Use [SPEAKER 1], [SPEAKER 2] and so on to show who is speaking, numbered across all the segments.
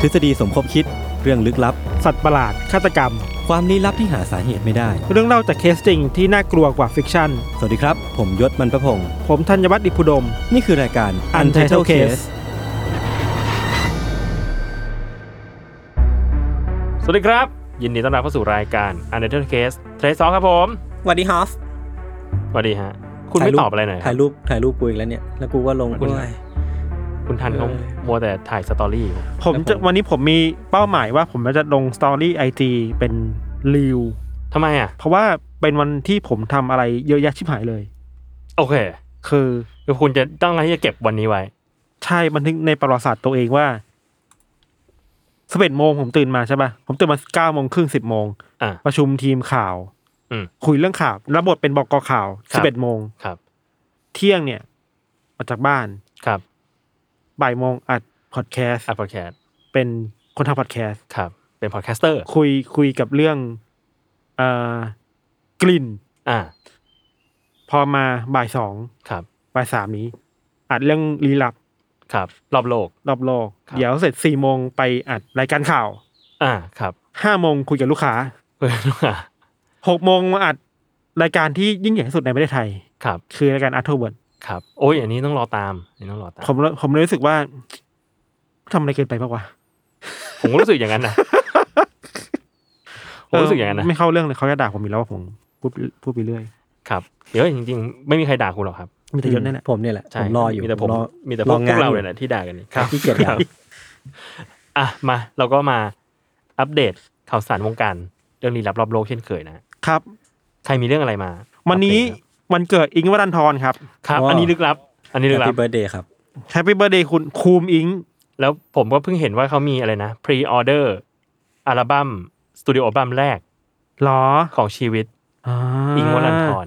[SPEAKER 1] ทฤษฎีสมคบคิด เรื่องลึกลับ
[SPEAKER 2] สัตว์ประหลาด ฆาตกรรม
[SPEAKER 1] ความลี้ลับที่หาสาเหตุไม่ได้
[SPEAKER 2] เรื่องเล่าจากเคสจริงที่น่ากลัวกว่าฟิกชั่น
[SPEAKER 1] สวัสดีครับ ผมยศมันประพงศ์
[SPEAKER 2] ผมธัญวัฒน์อิพุดม
[SPEAKER 1] นี่คือรายการ Untitled Case
[SPEAKER 3] สวัสดีครับ ยินดีต้อนรับเข้าสู่รายการ u n d e r t a l e Case เทรซองครับผม
[SPEAKER 1] สวัสดีฮอฟ
[SPEAKER 3] สวัสดีฮะ คุณไม่ตอบอะไรหน่อยครั
[SPEAKER 1] ถ่า
[SPEAKER 3] บ
[SPEAKER 1] ยรูปถ่ายรูปกูอีกแล้วเนี่ย แล้วกูก็ลง
[SPEAKER 3] คุณ
[SPEAKER 1] โอ้ย
[SPEAKER 3] คุณทันเขา
[SPEAKER 1] เออ
[SPEAKER 3] มัวแต่ถ่ายสตอรี่อยู่
[SPEAKER 2] ผมจะวันนี้ผมมีเป้าหมายว่าผมจะลงสตอรี่ไอจีเป็นรีว
[SPEAKER 3] ทำไมอ่ะ
[SPEAKER 2] เพราะว่าเป็นวันที่ผมทำอะไรเยอะแยะชิบหายเลย
[SPEAKER 3] โอเค
[SPEAKER 2] คือ
[SPEAKER 3] คือคุณจะต้องการที่จะเก็บวันนี้ไว้
[SPEAKER 2] ใช่บันทึกในประวัติศาสตร์ตัวเองว่าสเปดโมงผมตื่นมาใช่ปะผมตื่นมาเก้าโมงครึ่งสิบโมง
[SPEAKER 3] อ่ะ
[SPEAKER 2] ประชุมทีมข่าว
[SPEAKER 3] อืม
[SPEAKER 2] คุยเรื่องข่าวรับบทเป็นบอกข่าว
[SPEAKER 3] ครั
[SPEAKER 2] สิบเอ็
[SPEAKER 3] บ
[SPEAKER 2] ดโมง
[SPEAKER 3] ครับ
[SPEAKER 2] เที่ยงเนี่ยออกจากบ้าน
[SPEAKER 3] ครับ
[SPEAKER 2] บ่ายโมงอัดพอดแคสต์
[SPEAKER 3] อัพแคส
[SPEAKER 2] เป็นคนทำพอดแคสต์
[SPEAKER 3] ครับ เป็นพอดแคสเตอร์
[SPEAKER 2] คุยคุยกับเรื่องเอ่อกลิ่น
[SPEAKER 3] อ่า
[SPEAKER 2] พอมาบ่ายสอง
[SPEAKER 3] ครับ
[SPEAKER 2] บ่ายสามนี้อัดเรื่องลีลับ
[SPEAKER 3] ครับ รอบโลก
[SPEAKER 2] รอบโลก
[SPEAKER 3] ครับ
[SPEAKER 2] เดี๋ยวเสร็จสี่โมงไปอัดรายการข่าว
[SPEAKER 3] อ่า ครับ
[SPEAKER 2] ห้าโมงคุยกับลูกค้า
[SPEAKER 3] เพื่อนว่า
[SPEAKER 2] หกโมงมาอัดรายการที่ยิ่งใหญ่ที่สุดในประเทศไทย
[SPEAKER 3] ครับ
[SPEAKER 2] คือรายการอาร์ทเวิร์ด
[SPEAKER 3] ครับ โอ้ย อันนี้ต้องรอตามอันนี้ต้องรอตาม
[SPEAKER 2] ผมเลยผมเลยรู้สึกว่าทำอะไรเกินไปปะวะ
[SPEAKER 3] ผมก็รู้สึกอย่าง นั้นนะ ผมรู้สึกอย่างนั้นนะ
[SPEAKER 2] ไม่เข้าเรื่องเลยเขาจะด่าผมอีกแล้วว่าผมพูดพูดไปเรื่อย
[SPEAKER 3] ครับ เดี๋ยวจริงๆ ไม่มีใครด่าคุณหรอกครับ
[SPEAKER 2] มีแต่ยศนั่นแหละ
[SPEAKER 1] ผมเนี่ยแหละ
[SPEAKER 3] ใช่
[SPEAKER 1] ผมรออยู่
[SPEAKER 3] มีแต่ผม
[SPEAKER 1] รอ
[SPEAKER 3] มีแต่พวก
[SPEAKER 1] อง
[SPEAKER 3] พ
[SPEAKER 1] ง
[SPEAKER 3] วน กเรา
[SPEAKER 1] อ
[SPEAKER 3] เลยแหละที่ด่ากันนี่
[SPEAKER 1] ครับที่เกียด
[SPEAKER 3] ค
[SPEAKER 1] เรา
[SPEAKER 3] บอ่ะมาเราก็มาอัปเดตข่าวสารวงการเรื่องลี้ลับรอบโลกเช่นเคยนะ
[SPEAKER 2] ครับ
[SPEAKER 3] ใครมีเรื่องอะไรมา
[SPEAKER 2] วันนี้
[SPEAKER 3] อัปเดต
[SPEAKER 2] วันเกิดอิงค์วรันทรครับ
[SPEAKER 3] ครับครับ อันนี้ลึกลับ อันนี้ลึกลับ
[SPEAKER 1] ที่เบิร์เดย์ครับ
[SPEAKER 2] แฮปปี้เบ t ร์ a เดย์คุณคูมอิง
[SPEAKER 3] แล้วผมก็เพิ่งเห็นว่าเขามีอะไรนะ พรีออเดอร์อัลบั้มสตูดิโออัลบั้มแรก
[SPEAKER 2] หรอ
[SPEAKER 3] ของชีวิต อิงค์วรันทร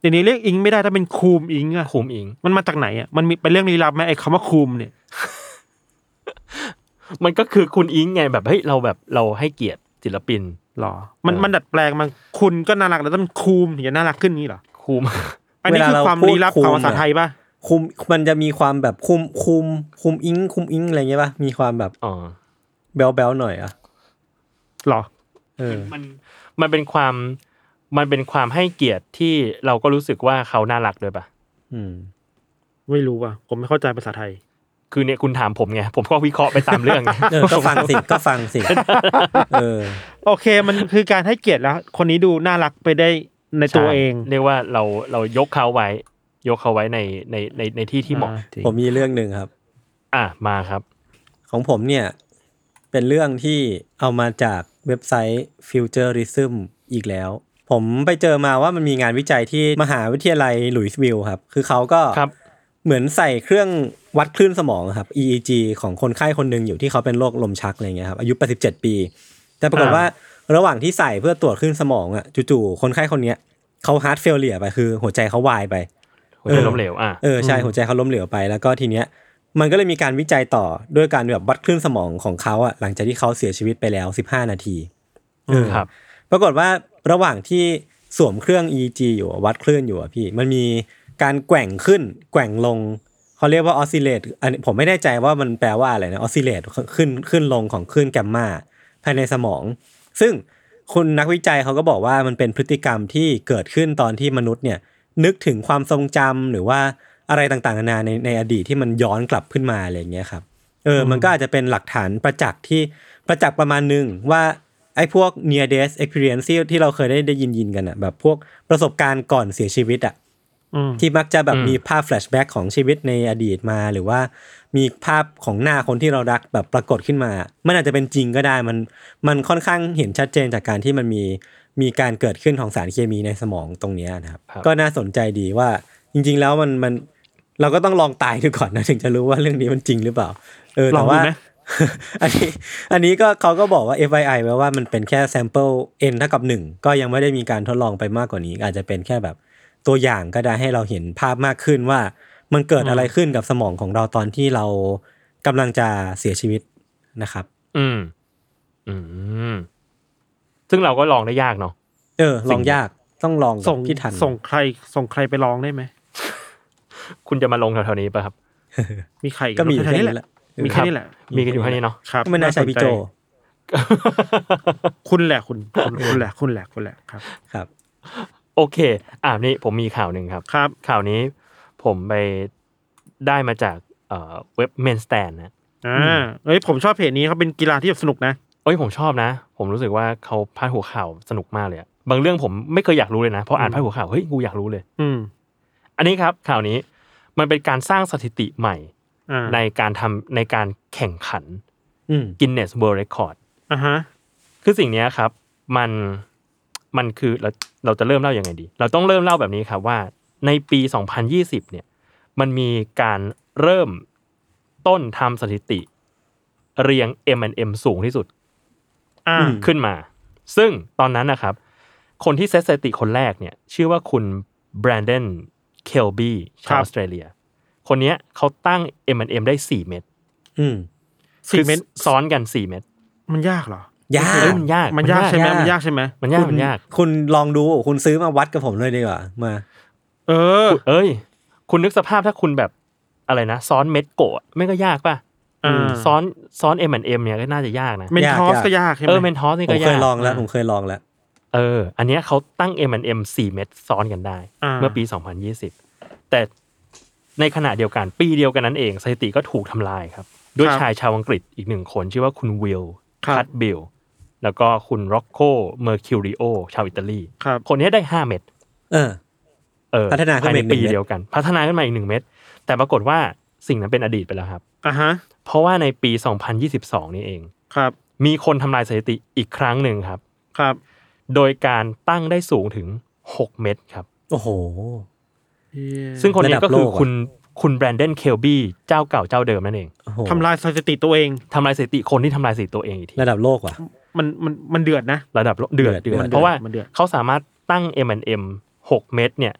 [SPEAKER 2] เดี๋ยวนี้เรียกอิงไม่ได้ถ้าเป็นคูมอิงอะ
[SPEAKER 3] คุมอิงค์
[SPEAKER 2] มันมาจากไหนอะมันมีเป็นเรื่องลี้ลับไหมไอ้คำว่าคูมเนี่ย
[SPEAKER 3] มันก็คือคุณอิงค์ไงแบบเฮ้ยเราแบบเราให้เกียรติศิลปิน
[SPEAKER 2] หรอ มัน
[SPEAKER 3] เออ
[SPEAKER 2] มันดัดแปลงมาคุณก็น่ารักแล้วต้องคูมถึงจะน่ารักขึ้นนี้เหรอ
[SPEAKER 3] คุม
[SPEAKER 2] อันนี้
[SPEAKER 1] เวลา
[SPEAKER 2] คือ
[SPEAKER 1] เรา
[SPEAKER 2] ความ
[SPEAKER 1] พูด
[SPEAKER 2] ลี้ลับ
[SPEAKER 1] คุม
[SPEAKER 2] ของภาษา
[SPEAKER 1] อะ
[SPEAKER 2] ไทยป่ะ
[SPEAKER 1] คุมมันจะมีความแบบคุมคุมคุมอิงคุมอิงอะไรเงี้ยป่ะมีความแบบ
[SPEAKER 3] อ๋อ
[SPEAKER 1] แบลแบลหน่อยอ่ะ
[SPEAKER 2] หรอ
[SPEAKER 1] เออ
[SPEAKER 3] มันมันเป็นความมันเป็นความให้เกียรติที่เราก็รู้สึกว่าเขาน่ารักด้วยปะ
[SPEAKER 1] อืม
[SPEAKER 2] ไม่รู้ว่ะ ผมไม่เข้าใจภาษาไทย
[SPEAKER 3] คือเนี่ยคุณถามผมไง ผมก็วิเคราะห์ไปตามเรื่องไง
[SPEAKER 1] เออก็ฟังสิก็ฟัง สิเออ
[SPEAKER 2] โอเค มันคือการให้เกียรติแล้ว คนนี้ดูน่ารักไปได้ในตัวเอง
[SPEAKER 3] ใช่เรียกว่าเราเรายกเขาไว้ ยกเขาไว้ในในในในที่ที่เหมาะ
[SPEAKER 2] อ่จริง
[SPEAKER 1] ผมมีเรื่องหนึ่งครับ
[SPEAKER 3] อ่ะมาครับ
[SPEAKER 1] ของผมเนี่ยเป็นเรื่องที่เอามาจากเว็บไซต์ Futurism อีกแล้ว ผมไปเจอมาว่ามันมีงานวิจัยที่มหาวิทยาลัยหลุยส์วิลล์ครับ คือเขาก็
[SPEAKER 3] ครับ
[SPEAKER 1] เหมือนใส่เครื่องวัดคลื่นสมองครับ EEG ของคนไข้คนหนึ่งอยู่ที่เขาเป็นโรคลมชักอะไรเงี้ยครับอายุ 87 ปี แต่ปรากฏ
[SPEAKER 3] อ่า
[SPEAKER 1] ว่าระหว่างที่ใส่เพื่อตรวจคลื่นสมองอ่ะจู่ๆคนไข้คนเนี้ยเขาฮาร์ดเฟลเลียไปคือหัวใจเขาวายไป
[SPEAKER 3] หัวใจ
[SPEAKER 1] เออ
[SPEAKER 3] ล้มเหลวอ่ะ
[SPEAKER 1] เออใช่หัวใจเขาล้มเหลวไปแล้วก็ทีเนี้ยมันก็เลยมีการวิจัยต่อด้วยการแบบวัดคลื่นสมองของเขาอะหลังจากที่เขาเสียชีวิตไปแล้ว 15 นาทีเออ
[SPEAKER 3] ครับ
[SPEAKER 1] ปรากฏว่าระหว่างที่สวมเครื่อง EEG อยู่อะวัดคลื่นอยู่อะพี่ มันมีการแกว่งขึ้น แกว่งลงเขาเรียกว่าออสซิเลตอันนี้ผมไม่แน่ใจว่ามันแปลว่าอะไรนะออสซิเลตขึ้นขึ้นลงของคลื่นแกมมาภายในสมอง ซึ่งคุณนักวิจัยเขาก็บอกว่ามันเป็นพฤติกรรมที่เกิดขึ้นตอนที่มนุษย์เนี่ย นึกถึงความทรงจำหรือว่า อะไรต่างๆนานาในในอดีตที่มันย้อนกลับขึ้นมาอะไรอย่างเงี้ยครับเออมันก็อาจจะเป็นหลักฐานประจักษ์ที่ประจักษ์ประมาณหนึ่งว่าไอ้พวก near death experience ที่ที่เราเคยได้ได้ยินยินๆกันอะแบบพวกประสบการณ์ก่อนเสียชีวิตอะ
[SPEAKER 2] อืม
[SPEAKER 1] ที่มักจะแบบ
[SPEAKER 3] อืม
[SPEAKER 1] มีภาพแฟลชแบ็กของชีวิตในอดีตมา หรือว่ามีภาพของหน้าคนที่เรารักแบบปรากฏขึ้นมา มันอาจจะเป็นจริงก็ได้มันมันค่อนข้างเห็นชัดเจนจากการที่มันมีมีการเกิดขึ้นของสารเคมีในสมองตรงเนี้ยนะครับ
[SPEAKER 3] ครับ
[SPEAKER 1] ก็น่าสนใจดีว่าจริง ๆ แล้วมันมันเราก็ต้องลองตายดูก่อนนะ ถึงจะรู้ว่าเรื่องนี้มันจริงหรือเปล่า เออ
[SPEAKER 2] ลอ
[SPEAKER 1] แต่
[SPEAKER 2] งดู
[SPEAKER 1] ว่า
[SPEAKER 2] ไหม
[SPEAKER 1] อันนี้อันนี้ก็เขาก็บอกว่า FII ไว้ว่ามันเป็นแค่ sample n เท่ากับ 1 ก็ยังไม่ได้มีการทดลองไปมากกว่านี้ อาจจะเป็นแค่แบบตัวอย่างก็ได้ให้เราเห็นภาพมากขึ้นว่ามันเกิดอะไรขึ้นกับสมองของเราตอนที่เรากำลังจะเสียชีวิตนะครับ
[SPEAKER 3] อืม อืม ซึ่งเราก็ลองได้ยากเนาะ
[SPEAKER 1] เออ ลองยากต้องลองกับ
[SPEAKER 2] ส่ง
[SPEAKER 1] พี่ทัน
[SPEAKER 2] ส่งใครส่งใครไปลองได้ไหม
[SPEAKER 3] คุณจะมาลงแถวๆนี้ป่ะครับ
[SPEAKER 2] มีใคร
[SPEAKER 1] ก็มีอยู่แค่
[SPEAKER 2] นี้
[SPEAKER 1] นี้
[SPEAKER 2] แห
[SPEAKER 1] แห
[SPEAKER 2] ละ
[SPEAKER 1] ละ
[SPEAKER 2] มีแค่นี้แหละ
[SPEAKER 3] มีกันอยู่แค่นี้เนาะ
[SPEAKER 2] ครับ
[SPEAKER 1] ไม่น่าใช่พี่โจ
[SPEAKER 2] สนคุณแหละคุณคุณคุณแหละคุณแหละคุณแหละครับ
[SPEAKER 1] ครับ
[SPEAKER 3] โอเค อ่านี่ผมมีข่าวหนึ่งครับ
[SPEAKER 2] ครับ
[SPEAKER 3] ข่าวนี้ผมไปได้มาจากเอ่อเว็บเมนสแตนนะ
[SPEAKER 2] อ่าเอ้ยผมชอบเพจนี้เขาเป็นกีฬาที่แบบสนุกนะ
[SPEAKER 3] เอ้ยผมชอบนะ ผมรู้สึกว่าเขาพาดหัวข่าวสนุกมากเลยอะบางเรื่องผมไม่เคยอยากรู้เลยนะพออ่าน
[SPEAKER 2] อืม
[SPEAKER 3] พาดหัวข่าวเฮ้ยกูอยากรู้เลย
[SPEAKER 2] อืม
[SPEAKER 3] อันนี้ครับข่าวนี้มันเป็นการสร้างสถิติใหม่
[SPEAKER 2] อ่า
[SPEAKER 3] ในการทำในการแข่งขัน
[SPEAKER 1] อืม
[SPEAKER 3] Guinness World Record
[SPEAKER 2] อ่าฮะ
[SPEAKER 3] คือสิ่งเนี้ยครับ มันมันคือเราเราจะเริ่มเล่ายังไงดี เราต้องเริ่มเล่าแบบนี้ครับว่าในปี 2020 เนี่ย มันมีการเริ่มต้นทำสถิติ เรียง M&M สูงที่สุด
[SPEAKER 2] อ่า
[SPEAKER 1] อืม
[SPEAKER 3] ขึ้นมา ซึ่งตอนนั้นนะครับ คนที่เซตสถิติคนแรกเนี่ย ชื่อว่าคุณแบรนเดนเคลบี
[SPEAKER 2] ครั
[SPEAKER 3] ชา
[SPEAKER 2] บ
[SPEAKER 3] วออสเตรเลีย คนเนี้ยเขาตั้ง M&M ได้ 4 เม็ด
[SPEAKER 1] อืม
[SPEAKER 2] สี่เมตร
[SPEAKER 3] คือซ้อนกัน 4 เม็ด
[SPEAKER 2] มันยากเหรอ
[SPEAKER 1] ยาก
[SPEAKER 3] เอ้ยมันยาก
[SPEAKER 2] มันยากใช่ไหมมันยากใช่ไหม
[SPEAKER 3] มันยากมันยาก
[SPEAKER 1] คุณลองดูคุณซื้อมาวัดกับผมเลยดีกว่ามา
[SPEAKER 2] เออ
[SPEAKER 3] เอ้ย คุณนึกสภาพถ้าคุณแบบอะไรนะ ซ้อนเม็ดโกะไม่ก็ยากป่ะ
[SPEAKER 2] อ่า
[SPEAKER 3] อืมซ้อนซ้อนเอ็มแอนเอ็มเนี่ยก็น่าจะยากนะ
[SPEAKER 2] เมนทอส
[SPEAKER 1] ยาก
[SPEAKER 2] ก็ยากใช่ไหม
[SPEAKER 3] เออเมนทอสนี่
[SPEAKER 1] ผ
[SPEAKER 3] ก็
[SPEAKER 1] ม
[SPEAKER 3] ยาก
[SPEAKER 1] เคยลองแล้ว
[SPEAKER 3] นะ
[SPEAKER 1] ผมเคยลองแล้ว
[SPEAKER 3] เออ อันเนี้ยเขาตั้งเอ็มแอนเอ็มสี่เม็ดซ้อนกันได้
[SPEAKER 2] า
[SPEAKER 3] เมื่อปี 2020 แต่ในขณะเดียวกันปีเดียวกันนั้นเองสถิติก็ถูกทำลายครับ ด้วยชายชาวอังกฤษอีกหนึ่งคน ชื่อว่าคุณวิล
[SPEAKER 2] ครับ
[SPEAKER 3] คัตบิลแล้วก็คุณร็อกโคเมอร์คิวริโอชาวอิตาลี
[SPEAKER 2] ครับ
[SPEAKER 3] คนเนี้ยได้ห้าเม็ด
[SPEAKER 1] เออ
[SPEAKER 3] เออ
[SPEAKER 1] พัฒนาขึ้นมาอีก
[SPEAKER 3] ภยใปี
[SPEAKER 1] หนึ่งเม็ด
[SPEAKER 3] เดียวกัน พัฒนาขึ้นมาอีกหนึ่งเม็ดแต่ปรากฏว่าสิ่งนั้นเป็นอดีตไปแล้วครับ
[SPEAKER 2] อ่าฮะ
[SPEAKER 3] เพราะว่าในปี 2022 นี่เอง
[SPEAKER 2] ครับ
[SPEAKER 3] มีคนทำลายสถิติอีกครั้งหนึ่งครับ
[SPEAKER 2] ครับ
[SPEAKER 3] โดยการตั้งได้สูงถึง 6 เม็ดครับ
[SPEAKER 1] โอ้โห
[SPEAKER 3] ซึ่งคนนี้ก็คือ
[SPEAKER 1] ระดับโลกอะ
[SPEAKER 3] คุณคุณแบรนเดนเคลบี้เจ้าเก่าเจ้าเดิมนั่นเอง
[SPEAKER 1] โอ้โห
[SPEAKER 2] ทำลายสถิติตัวเอง
[SPEAKER 3] ทำลายสถิติคนที่ทำลายสถิติตัวเองอีกที
[SPEAKER 1] ระดับโลกว่ะ
[SPEAKER 2] มันมันมันเดือดนะ
[SPEAKER 3] ระดับโลกเดือด
[SPEAKER 1] เดื
[SPEAKER 3] เดื
[SPEAKER 1] อ
[SPEAKER 3] อ
[SPEAKER 1] ด
[SPEAKER 3] ดเพราะว่าน
[SPEAKER 2] เดือด
[SPEAKER 3] เขาสามารถตั้ง M&M 6 เม็ดเนี่ย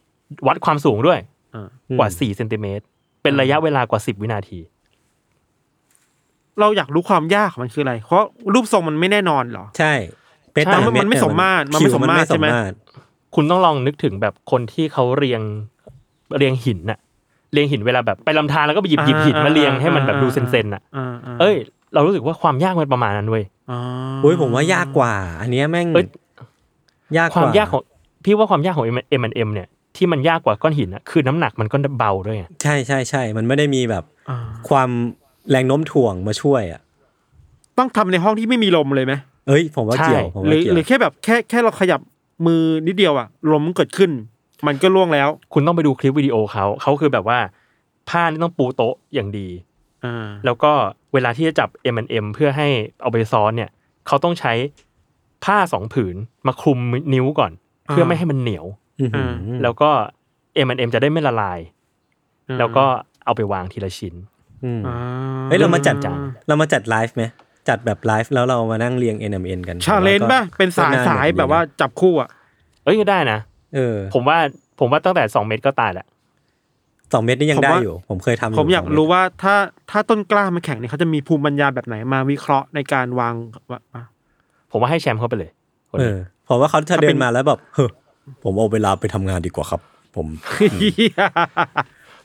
[SPEAKER 3] วัดความสูงด้วย
[SPEAKER 2] อ่า
[SPEAKER 3] กว่า4เซนติเมตรเป็นระยะเวลากว่า 10 วินาที
[SPEAKER 2] เราอยากรู้ความยากของมันคืออะไร เพราะรูปทรงมันไม่แน่นอนเหรอ
[SPEAKER 1] ใช่
[SPEAKER 3] ใช่
[SPEAKER 1] ตา
[SPEAKER 2] มันมันไม่
[SPEAKER 1] เดเย
[SPEAKER 2] สมมาตรมันไม่
[SPEAKER 1] ผิว
[SPEAKER 2] สมมาตรใช่ไหม
[SPEAKER 1] ตร
[SPEAKER 3] คุณต้องลองนึกถึงแบบคนที่เขาเรียงเรียงหินน่ะ เรียงหินเวลาแบบไปลำธารแล้วก็ไปหยิบหยิบหินมาเรียงให้มันแบบดูเซนๆน่ะ
[SPEAKER 2] อ่า
[SPEAKER 3] เอ้ย เรารู้สึกว่าความยากมันประมาณนั้นเว้ย
[SPEAKER 2] อ๋อ
[SPEAKER 1] อุ้ยผมว่ายากกว่า อันเนี้ยแม่ง
[SPEAKER 3] เอ้ย
[SPEAKER 1] ยากกว่าว
[SPEAKER 3] คามยากของพี่ว่าความยากของ M M เนี่ยที่มันยากกว่าก้อนหินน่ะคือน้ำหนักมันก็เบาด้วยไง
[SPEAKER 1] ใช่ใช่ใช่มันไม่ได้มีแบบ
[SPEAKER 2] อ่า
[SPEAKER 1] ความแรงโน้มถ่วงมาช่วยอ่ะ
[SPEAKER 2] ต้องทำในห้องที่ไม่มีลมเลยไหม
[SPEAKER 1] เอ้ย ผมว่าเกี่ยวผม
[SPEAKER 2] ห
[SPEAKER 1] ว่า
[SPEAKER 2] รือ
[SPEAKER 1] เกี่ยว
[SPEAKER 2] หรือแค่แบบแค่แค่เราขยับมือนิดเดียวอะลมมันเกิดขึ้น มันก็ล่วงแล้ว
[SPEAKER 3] คุณต้องไปดูคลิปวิดีโอเขาเขาคือแบบว่าผ้านี่ต้องปูโต๊ะอย่างดี
[SPEAKER 2] อ่า
[SPEAKER 3] แล้วก็เวลาที่จะจับ M M เพื่อให้เอาไปซ้อนเนี่ยเขาต้องใช้ผ้าสองผืนมาคลุมนิ้วก่อน เพื่อไม่ให้มันเหนียว
[SPEAKER 1] อื้อหือ
[SPEAKER 3] แล้วก็ M&M จะได้ไม่ละลาย แล้วก็เอาไปวางทีละชิ้น
[SPEAKER 1] อืม
[SPEAKER 2] อ่า
[SPEAKER 1] เฮ้ยเรามาจัด
[SPEAKER 3] จัง
[SPEAKER 1] เรามาจัดไลฟ์ไหมจัดแบบไลฟ์แล้วเรามานั่งเรียง n m n กัน
[SPEAKER 2] ชาเลนจ์ป่ะ เป็นสาย
[SPEAKER 1] ก็
[SPEAKER 2] สาย
[SPEAKER 1] ดีนะ
[SPEAKER 2] แบบว่าจับคู่อ่ะ
[SPEAKER 3] เอ้ยก็ได้นะ
[SPEAKER 1] เออ
[SPEAKER 3] ผมว่าผมว่าตั้งแต่ 2 เมตรก็ตายแล้ว
[SPEAKER 1] สองเมตรนี่ยัง
[SPEAKER 2] ผม
[SPEAKER 1] ได้
[SPEAKER 2] ว่า
[SPEAKER 1] อยู่ ผมเคยทำ
[SPEAKER 2] ผมอยาก
[SPEAKER 1] สงเต
[SPEAKER 2] รู้ว่าถ้าถ้าต้นกล้ามาแข่งเนี่ยเขาจะมีภูมิปัญญาแบบไหนมาวิเคราะห์ในการวางว่าอ่ะ
[SPEAKER 3] ผมว่าให้แชมป์เข้าไปเลยคน
[SPEAKER 1] เอ
[SPEAKER 3] นี้
[SPEAKER 1] อผมว่าเขาถ้า
[SPEAKER 2] ถ้าเป็น
[SPEAKER 1] เดินมาแล้วแบบเฮ้อผมเอาเวลาไปทำงานดีกว่าครับ ผม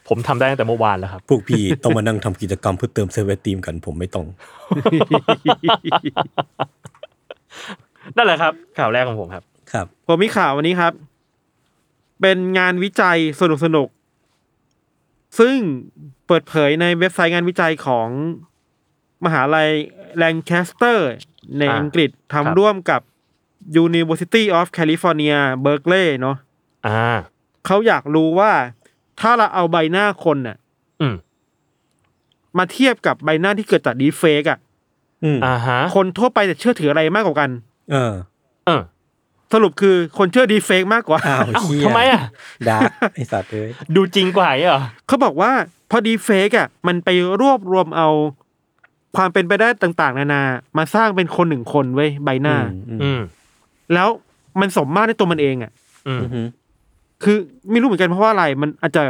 [SPEAKER 3] ผมทำได้ตั้งแต่เมื่อวานแล้วครับ
[SPEAKER 1] พวกพี่ต้องมานั่งทำกิจกรรมเพื่อเติมเซอร์เวทีมกันผมไม่ต้อง
[SPEAKER 3] นั่นแหละครับ ข่าวแรกของผมครับ
[SPEAKER 1] ครับ
[SPEAKER 2] ผมมีข่าววันนี้ครับ เป็นงานวิจัยสนุกสนุก ซึ่งเปิดเผยในเว็บไซต์งานวิจัยของมหาลัยแลงแคสเตอร์ ใน
[SPEAKER 3] อ่า
[SPEAKER 2] อังกฤษ
[SPEAKER 3] ครับ
[SPEAKER 2] ทำร่วมกับ University of California Berkeley เนาะ
[SPEAKER 3] อ่า
[SPEAKER 2] เขาอยากรู้ว่าถ้าเราเอาใบหน้าคนน่ะ
[SPEAKER 3] อืม
[SPEAKER 2] มาเทียบกับใบหน้าที่เกิดจากดีเฟกอะ
[SPEAKER 1] อืม
[SPEAKER 3] อ่าฮะ
[SPEAKER 2] คนทั่วไปจะเชื่อถืออะไรมากกว่ากัน
[SPEAKER 1] เออ
[SPEAKER 3] เออ
[SPEAKER 2] สรุปคือคนเชื่อดีเฟกมากกว่า
[SPEAKER 1] อ้าว
[SPEAKER 3] เอ้า
[SPEAKER 1] เชี่ย
[SPEAKER 3] ทำไมอ่ะ
[SPEAKER 1] ดาร์กไอสัตว์เอ้ย
[SPEAKER 3] ดูจริงกว่าอย่างเงี้ยเหรอ
[SPEAKER 2] เขาบอกว่าพอดีเฟกอ่ะมันไปรวบรวมเอา ความเป็นไปได้ต่างๆ นานา มาสร้างเป็นคนหนึ่งคนเว้ยใบหน้า
[SPEAKER 1] อืม
[SPEAKER 3] อืม
[SPEAKER 2] แล้วมันสมมาตรในตัวมันเองอ่ะ
[SPEAKER 3] อืม
[SPEAKER 1] อืมอืม
[SPEAKER 2] คือไม่รู้เหมือนกันเพราะว่าอะไร มันอาจจะ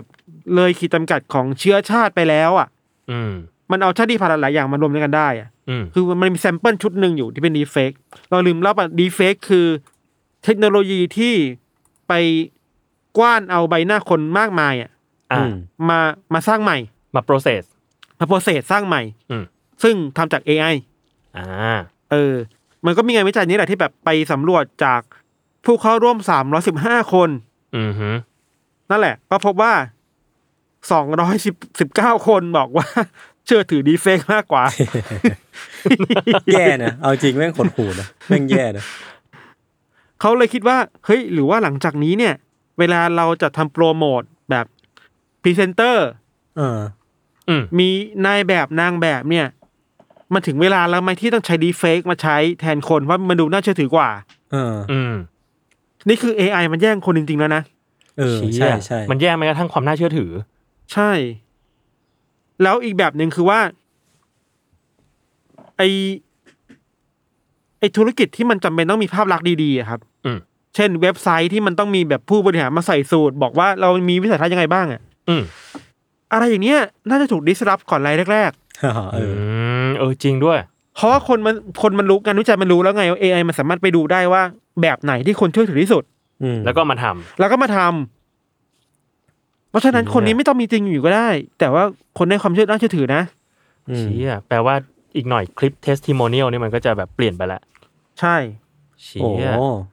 [SPEAKER 2] เลยขีดจำกัดของเชื้อชาติไปแล้วอ่ะ
[SPEAKER 3] อืม
[SPEAKER 2] มันเอาชาติพันธุ์หลายๆอย่างมารวมกันได้อ่ะ
[SPEAKER 3] อืม
[SPEAKER 2] คือมันมีแซมเปิลชุดหนึ่งอยู่ที่เป็นดีเฟกเราลืมเล่าไปดีเฟกคือ เทคโนโลยีที่ไปกว้านเอาใบหน้าคนมากมายอ่ะ
[SPEAKER 3] อ่า
[SPEAKER 1] อืม
[SPEAKER 2] มามาสร้างใหม่
[SPEAKER 3] มา process
[SPEAKER 2] มาโปรเซสสร้างใหม่
[SPEAKER 3] อืม
[SPEAKER 2] ซึ่งทำจาก AI
[SPEAKER 3] อ่า
[SPEAKER 2] เออ มันก็มีงานวิจัยนี้แหละที่แบบไปสำรวจจากผู้เข้าร่วม 315 คน
[SPEAKER 3] อืมฮึ
[SPEAKER 2] นั่นแหละ ก็พบว่า 219 คนบอกว่า เชื่อถือดีเฟกมาก กว่า
[SPEAKER 1] แย่นะเอาจริงแม่งขนหูนะแม่งแย่นะ
[SPEAKER 2] เขาเลยคิดว่า เฮ้ย หรือว่าหลังจากนี้เนี่ย เวลาเราจะทำโปรโมทแบบพรีเซนเตอร์
[SPEAKER 1] เออ
[SPEAKER 3] อืม
[SPEAKER 2] มีนายแบบนางแบบเนี่ย มันถึงเวลาแล้วไหมที่ต้องใช้ดีเฟกมาใช้แทนคนเพราะมันดูน่าเชื่อถือกว่า
[SPEAKER 1] เออ
[SPEAKER 3] อืม
[SPEAKER 2] นี่คือ AI มันแย่งคนจริงๆแล้วนะ
[SPEAKER 1] เออ
[SPEAKER 3] เชี่
[SPEAKER 1] ใช่
[SPEAKER 3] ย
[SPEAKER 1] ใช่
[SPEAKER 3] มันแย่ไหมกระทั่งความน่าเชื่อถือ
[SPEAKER 2] ใช่ แล้วอีกแบบหนึ่งคือว่า ไอไอธุรกิจที่มันจำเป็นต้องมีภาพลักษณ์ดีๆอะครับ
[SPEAKER 3] อืม
[SPEAKER 2] เช่นเว็บไซต์ที่มันต้องมีแบบผู้บริหารมาใส่สูตร บอกว่าเรามีวิสัยทัศน์ยังไงบ้างอะ
[SPEAKER 3] อืม
[SPEAKER 2] อะไรอย่างเนี้ย น่าจะถูกดิสรับก่อนรายแรก
[SPEAKER 1] เออ
[SPEAKER 3] อืมเออจริงด้วย
[SPEAKER 2] ๆ เพราะว่าคนมันคนมันรู้การวิจัยมันรู้แล้วไงว่า AI มันสามารถไปดูได้ว่า แบบไหนที่คนเชื่อถือที่สุด
[SPEAKER 1] อืม
[SPEAKER 3] แล้วก็มาทำ
[SPEAKER 2] แล้วก็มาทำเพราะฉะนั้นคนนี้ไม่ต้องมีจริงอยู่ก็ได้ แต่ว่าคนได้ความเชื่อน่าเชื่อถือนะ
[SPEAKER 1] อืม
[SPEAKER 3] เชี่ยแปลว่าอีกหน่อยคลิป testimonial นี่มันก็จะแบบเปลี่ยนไปละ
[SPEAKER 2] ใช่
[SPEAKER 3] เชี่
[SPEAKER 1] โอ้โห
[SPEAKER 3] ย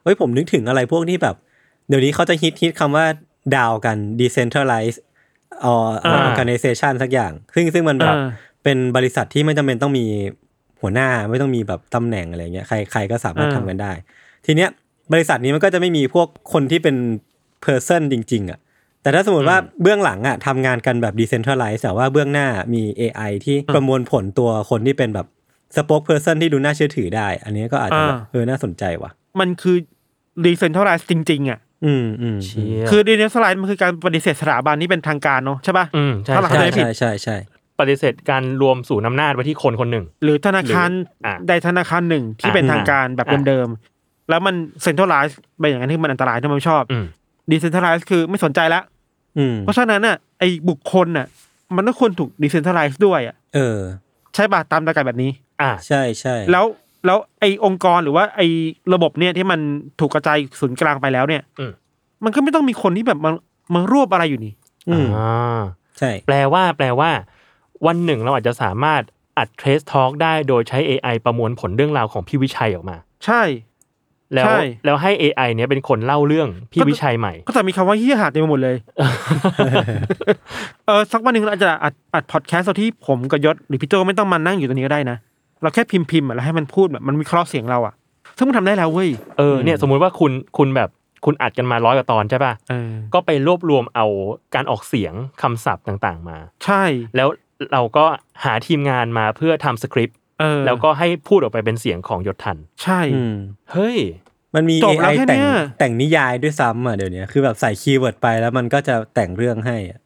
[SPEAKER 1] เฮ้ยผมนึกถึงอะไรพวกที่แบบ เดี๋ยวนี้เขาจะฮิตฮิตคำว่าดาวกัน decentralized เอ่อ
[SPEAKER 2] อ่า
[SPEAKER 1] organization สักอย่าง ซึ่งซึ่งมันแบบ
[SPEAKER 2] อ่า
[SPEAKER 1] เป็นบริษัทที่ไม่จำเป็นต้องมีหัวหน้าไม่ต้องมีแบบตำแหน่งอะไรเงี้ยใครใครก็สามารถ
[SPEAKER 2] อ่า
[SPEAKER 1] ทำกันได้ ทีเนี้ยบริษัทนี้มันก็จะไม่มีพวกคนที่เป็นเพอร์เซนจริง ๆอะ่ะแต่ถ้าสมมติว่าเบื้องหลังอะ่ะทำงานกันแบบดิเซนท r a ไลซ์แต่ว่าเบื้องหน้ามี AI ที่ประมวลผลตัวคนที่เป็นแบบสป็อคเพอร์เซนที่ดูน่าเชื่อถือได้ อันนี้ก็อาจจะแบบเออน่าสนใจว่ะ
[SPEAKER 2] มันคือดีเซนทัลไลซ์จริง ๆ อ่ะ
[SPEAKER 1] อืมอืม
[SPEAKER 3] เชี่ย
[SPEAKER 2] คือดีเซนทัลไลซ์มันคือการปฏิเสธสถาบันที่เป็นทางการเนาะใช่ปะ
[SPEAKER 3] อืมใช่
[SPEAKER 2] ถ้าเรา
[SPEAKER 3] ใช่
[SPEAKER 1] ใช่ใช่ใช่ใช่
[SPEAKER 3] ปฏิเสธการรวมศูนย์อำนาจไว้ที่คนคนหนึ่ง
[SPEAKER 2] หรือธนาคาร
[SPEAKER 3] อ่ะ
[SPEAKER 2] ใดธนาคารหนึ่งที่
[SPEAKER 3] อ่ะ
[SPEAKER 2] เป็นทางการแบบ
[SPEAKER 3] อ่ะ
[SPEAKER 2] เดิมๆ แล้วมันเซนทัลไลซ์ไปอย่างนั้นที่มันอันตรายที่มันไม่ชอบ
[SPEAKER 3] อืม
[SPEAKER 2] ดีเซนทัลไลซ์คือไม่สนใจละ
[SPEAKER 1] อืม
[SPEAKER 2] เพราะฉะนั้นน่ะไอ้บุคคลน่ะ มันต้องควรถูกดีเซนทัลไลซ์ด้วยอ่ะ
[SPEAKER 1] เออ
[SPEAKER 2] ใช่ป่ะตามตะการแบบนี้
[SPEAKER 3] อ่า
[SPEAKER 1] ใช่ใช่
[SPEAKER 2] แล้วแล้วไอ้องค์กรหรือว่าไอ้ระบบเนี่ยที่มันถูกกระจายศูนย์กลางไปแล้วเนี่ย
[SPEAKER 3] อืม
[SPEAKER 2] มันก็ไม่ต้องมีคนที่แบบมันมารวบอะไรอยู่นี่
[SPEAKER 1] อืม
[SPEAKER 3] อ่า
[SPEAKER 1] ใช่
[SPEAKER 3] แปลว่า แปลว่า วันหนึ่งเราอาจจะสามารถอัด Trace Talk ได้โดยใช้ AI ประมวลผลเรื่องราวของพี่วิชัยออกมา
[SPEAKER 2] ใช่
[SPEAKER 3] แล้ว
[SPEAKER 2] ใช่
[SPEAKER 3] แล้วให้ AI เนี้ยเป็นคนเล่าเรื่องพี่วิชัยใหม่
[SPEAKER 2] ก็จะมีคำว่าเฮี้ยหาดเต็มไปหมดเลย เออสักวันหนึ่งเราอาจจะอัดอัดพอดแคสต์ที่ผมกับยศหรือพี่โจไม่ต้องมานั่งอยู่ตรงนี้ก็ได้นะ เราแค่พิมพ์พิมพ์ๆอะแล้วให้มันพูดแบบมันวิเคราะห์เสียงเราอ่ะ ซึ่งมันทำได้แล้วเว้ย
[SPEAKER 3] เออ เนี่ย สมมุติว่าคุณ คุณแบบ คุณอัดกันมาร้อยกว่าตอนใช่ป่ะ
[SPEAKER 2] เออ
[SPEAKER 3] ก็ไปรวบรวมเอาการออกเสียงคำศัพท์ต่างๆมา
[SPEAKER 2] ใช่
[SPEAKER 3] แล้วเราก็หาทีมงานมาเพื่อทำสคริปต์
[SPEAKER 2] เออ
[SPEAKER 3] แล้วก็ให้พูดออกไปเป็นเสียงของยศทัน
[SPEAKER 2] ใช่
[SPEAKER 1] อืม
[SPEAKER 3] เฮ้ย
[SPEAKER 1] มันมี
[SPEAKER 2] จบแล้ว
[SPEAKER 1] AI
[SPEAKER 2] แค่เนี้
[SPEAKER 1] แต่ง
[SPEAKER 2] ย
[SPEAKER 1] แต่งนิยายด้วยซ้ำอ่ะเดี๋ยวนี้คือแบบใส่คีย์เวิร์ดไปแล้วมันก็จะแต่งเรื่องให้อะ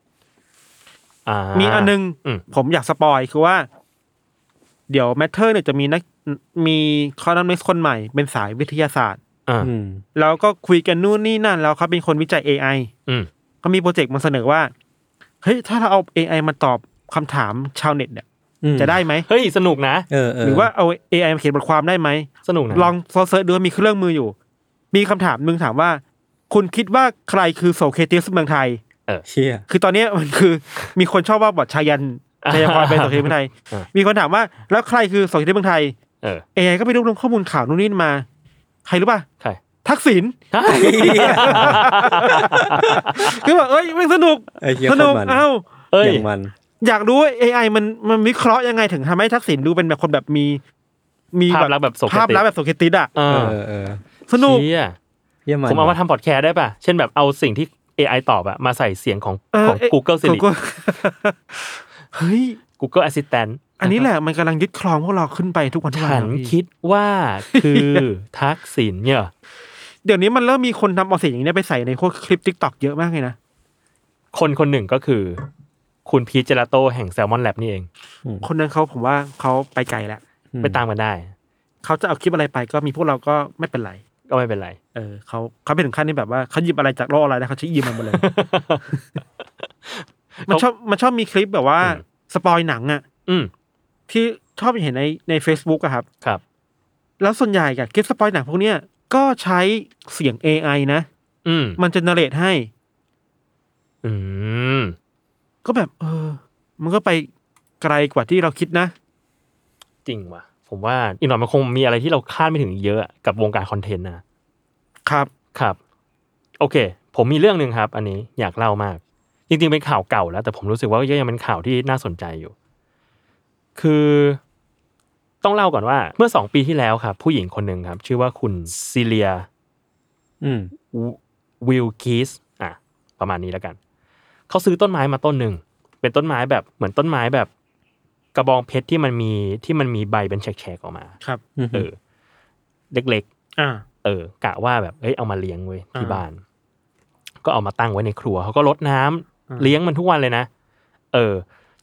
[SPEAKER 3] อ่า
[SPEAKER 2] มี
[SPEAKER 3] มี
[SPEAKER 2] อันนึง
[SPEAKER 3] อืม
[SPEAKER 2] ผมอยากสปอยคือว่า เดี๋ยวแมทเทอร์เนี่ยจะมีนักมีคอนัมนิสคนใหม่เป็นสายวิทยาศาสตร์
[SPEAKER 3] อ่า
[SPEAKER 1] อืม
[SPEAKER 2] แล้วก็คุยกันนู่นนี่นั่น แล้วเขาเป็นคนวิจัย AI
[SPEAKER 3] อืม
[SPEAKER 2] ก็มีโปรเจกต์มาเสนอว่า เฮ้ย ถ้าเราเอา AI มาตอบคำถามชาวเน็ตเนี่ย
[SPEAKER 1] อืม
[SPEAKER 2] จะได้ไหม
[SPEAKER 3] เฮ้ย สนุกนะ
[SPEAKER 1] เออเออ
[SPEAKER 2] หรือว่าเอา AI มาเขียนบทความได้ไหม
[SPEAKER 3] สนุกนะ
[SPEAKER 2] ลองเซิร์ชดูว่ามีเครื่องมืออยู่ มีคำถามหนึ่งถามว่า คุณคิดว่าใครคือโสเคติสเมืองไทย
[SPEAKER 1] เชี่ย
[SPEAKER 2] คือตอนเนี้ยมันคือ มีคนชอบว่าบอดชายันชายพรเป็นโสเคติสเมืองไทย มีคนถามว่าแล้วใครคือโสเคติสเมืองไทย
[SPEAKER 3] เออ
[SPEAKER 2] AI ก็ไปรวบรวมข้อมูลข่าวนู่นนี่มา ใครรู้ป่ะ
[SPEAKER 3] ใคร
[SPEAKER 2] ทักษิณ คือแบบเอ้ยแม่งสนุก
[SPEAKER 1] ไอ้เชี่ย
[SPEAKER 2] สนุก
[SPEAKER 1] โคตรมัน
[SPEAKER 2] เอ้า
[SPEAKER 3] เอ้ย
[SPEAKER 1] อย่างมัน
[SPEAKER 2] อยากรู้ว่า AI มันมันวิเคราะห์ยังไงถึงทำให้ทักษิณดูเป็นแบบคนแบบมีมี
[SPEAKER 3] ภาพลักษณ์แบบโสเกติ
[SPEAKER 2] ภาพลักษณ์แบบโสเกติดอะ
[SPEAKER 3] เอ
[SPEAKER 1] เอ
[SPEAKER 3] อ
[SPEAKER 1] อเออ
[SPEAKER 2] สนุก
[SPEAKER 3] เชี่ย
[SPEAKER 1] เยี่ยมมัน
[SPEAKER 3] ผมเอามาทำพอดแคสต์ได้ป่ะ เช่นแบบเอาสิ่งที่ AI ตอบอะมาใส่เสียงของ
[SPEAKER 2] เออ
[SPEAKER 3] ของ
[SPEAKER 2] เอ๊ะ
[SPEAKER 3] Google Siri
[SPEAKER 2] Google เฮ้ย
[SPEAKER 3] Google Assistant
[SPEAKER 2] อันนี้แหละมันกำลังยึดครองพวกเราขึ้นไปทุกวันทุกวัน
[SPEAKER 3] ฉัน
[SPEAKER 2] นะพี่
[SPEAKER 3] คิดว่าคือทักษิณเนี่ยเหรอ
[SPEAKER 2] เดี๋ยวนี้มันเริ่มมีคนทำเอาเสียงอย่างนี้ไปใส่ในพวกคลิปทิกตอกเยอะมากเลยนะ
[SPEAKER 3] คนคนหนึ่งก็คือ คุณพีชเจลาโตแห่งแซลมอนแลบนี่เอง
[SPEAKER 2] คนนั้นเขาผมว่าเขาไปไกลแล้ว
[SPEAKER 3] ไปตามกันได้
[SPEAKER 2] เขาจะเอาคลิปอะไรไปก็มีพวกเราก็ไม่เป็นไร
[SPEAKER 3] ก็ไม่เป็นไร
[SPEAKER 2] เออเขาเขาเป็นถึงขั้นที่แบบว่าเขาหยิบอะไรจากโลกอะไรนะเขาชี้ยืมมันหมดเลย มันชอบมันชอบมีคลิปแบบว่า
[SPEAKER 3] อืม
[SPEAKER 2] สปอยหนังอะ
[SPEAKER 3] อืม
[SPEAKER 2] ที่ชอบเห็นในใน Facebook อะครับ
[SPEAKER 3] ครับ
[SPEAKER 2] แล้วส่วนใหญ่กับคลิปสปอยหนังพวกเนี้ยก็ใช้เสียง AI นะ
[SPEAKER 3] อืม
[SPEAKER 2] มันเจเนเรตให้
[SPEAKER 3] อืม
[SPEAKER 2] ก็แบบ เออ มันก็ไปไกลกว่าที่เราคิดนะ
[SPEAKER 3] จริงว่ะ ผมว่าอีกหน่อยมันคงมีอะไรที่เราคาดไม่ถึงเยอะอะกับวงการคอนเทนต์นะครับ ครับ โอเค ผมมีเรื่องหนึ่งครับ อันนี้อยากเล่ามาก จริงๆเป็นข่าวเก่าแล้วแต่ผมรู้สึกว่าก็ยังเป็นข่าวที่น่าสนใจอยู่ คือต้องเล่าก่อนว่า เมื่อสองปีที่แล้วครับ ผู้หญิงคนหนึ่งครับ ชื่อว่าคุณซิเลีย
[SPEAKER 1] อืม
[SPEAKER 3] วิลคีสอ่ะ ประมาณนี้แล้วกัน เขาซื้อต้นไม้มาต้นหนึ่ง เป็นต้นไม้แบบเหมือนต้นไม้แบบ กระบองเพชรที่มันมีที่มันมีใบเป็นแฉกๆออกมา
[SPEAKER 2] ครับ
[SPEAKER 1] อืม
[SPEAKER 3] เออ เล็ก
[SPEAKER 2] อ่า
[SPEAKER 3] ๆ เออ กะว่าแบบเอ้ยเอามาเลี้ยงเว้ยที่
[SPEAKER 2] อ่า
[SPEAKER 3] บ้าน ก็เอามาตั้งไว้ในครัวเขาก็รดน้ำ
[SPEAKER 2] อ่า
[SPEAKER 3] เลี้ยงมันทุกวันเลยนะ เออ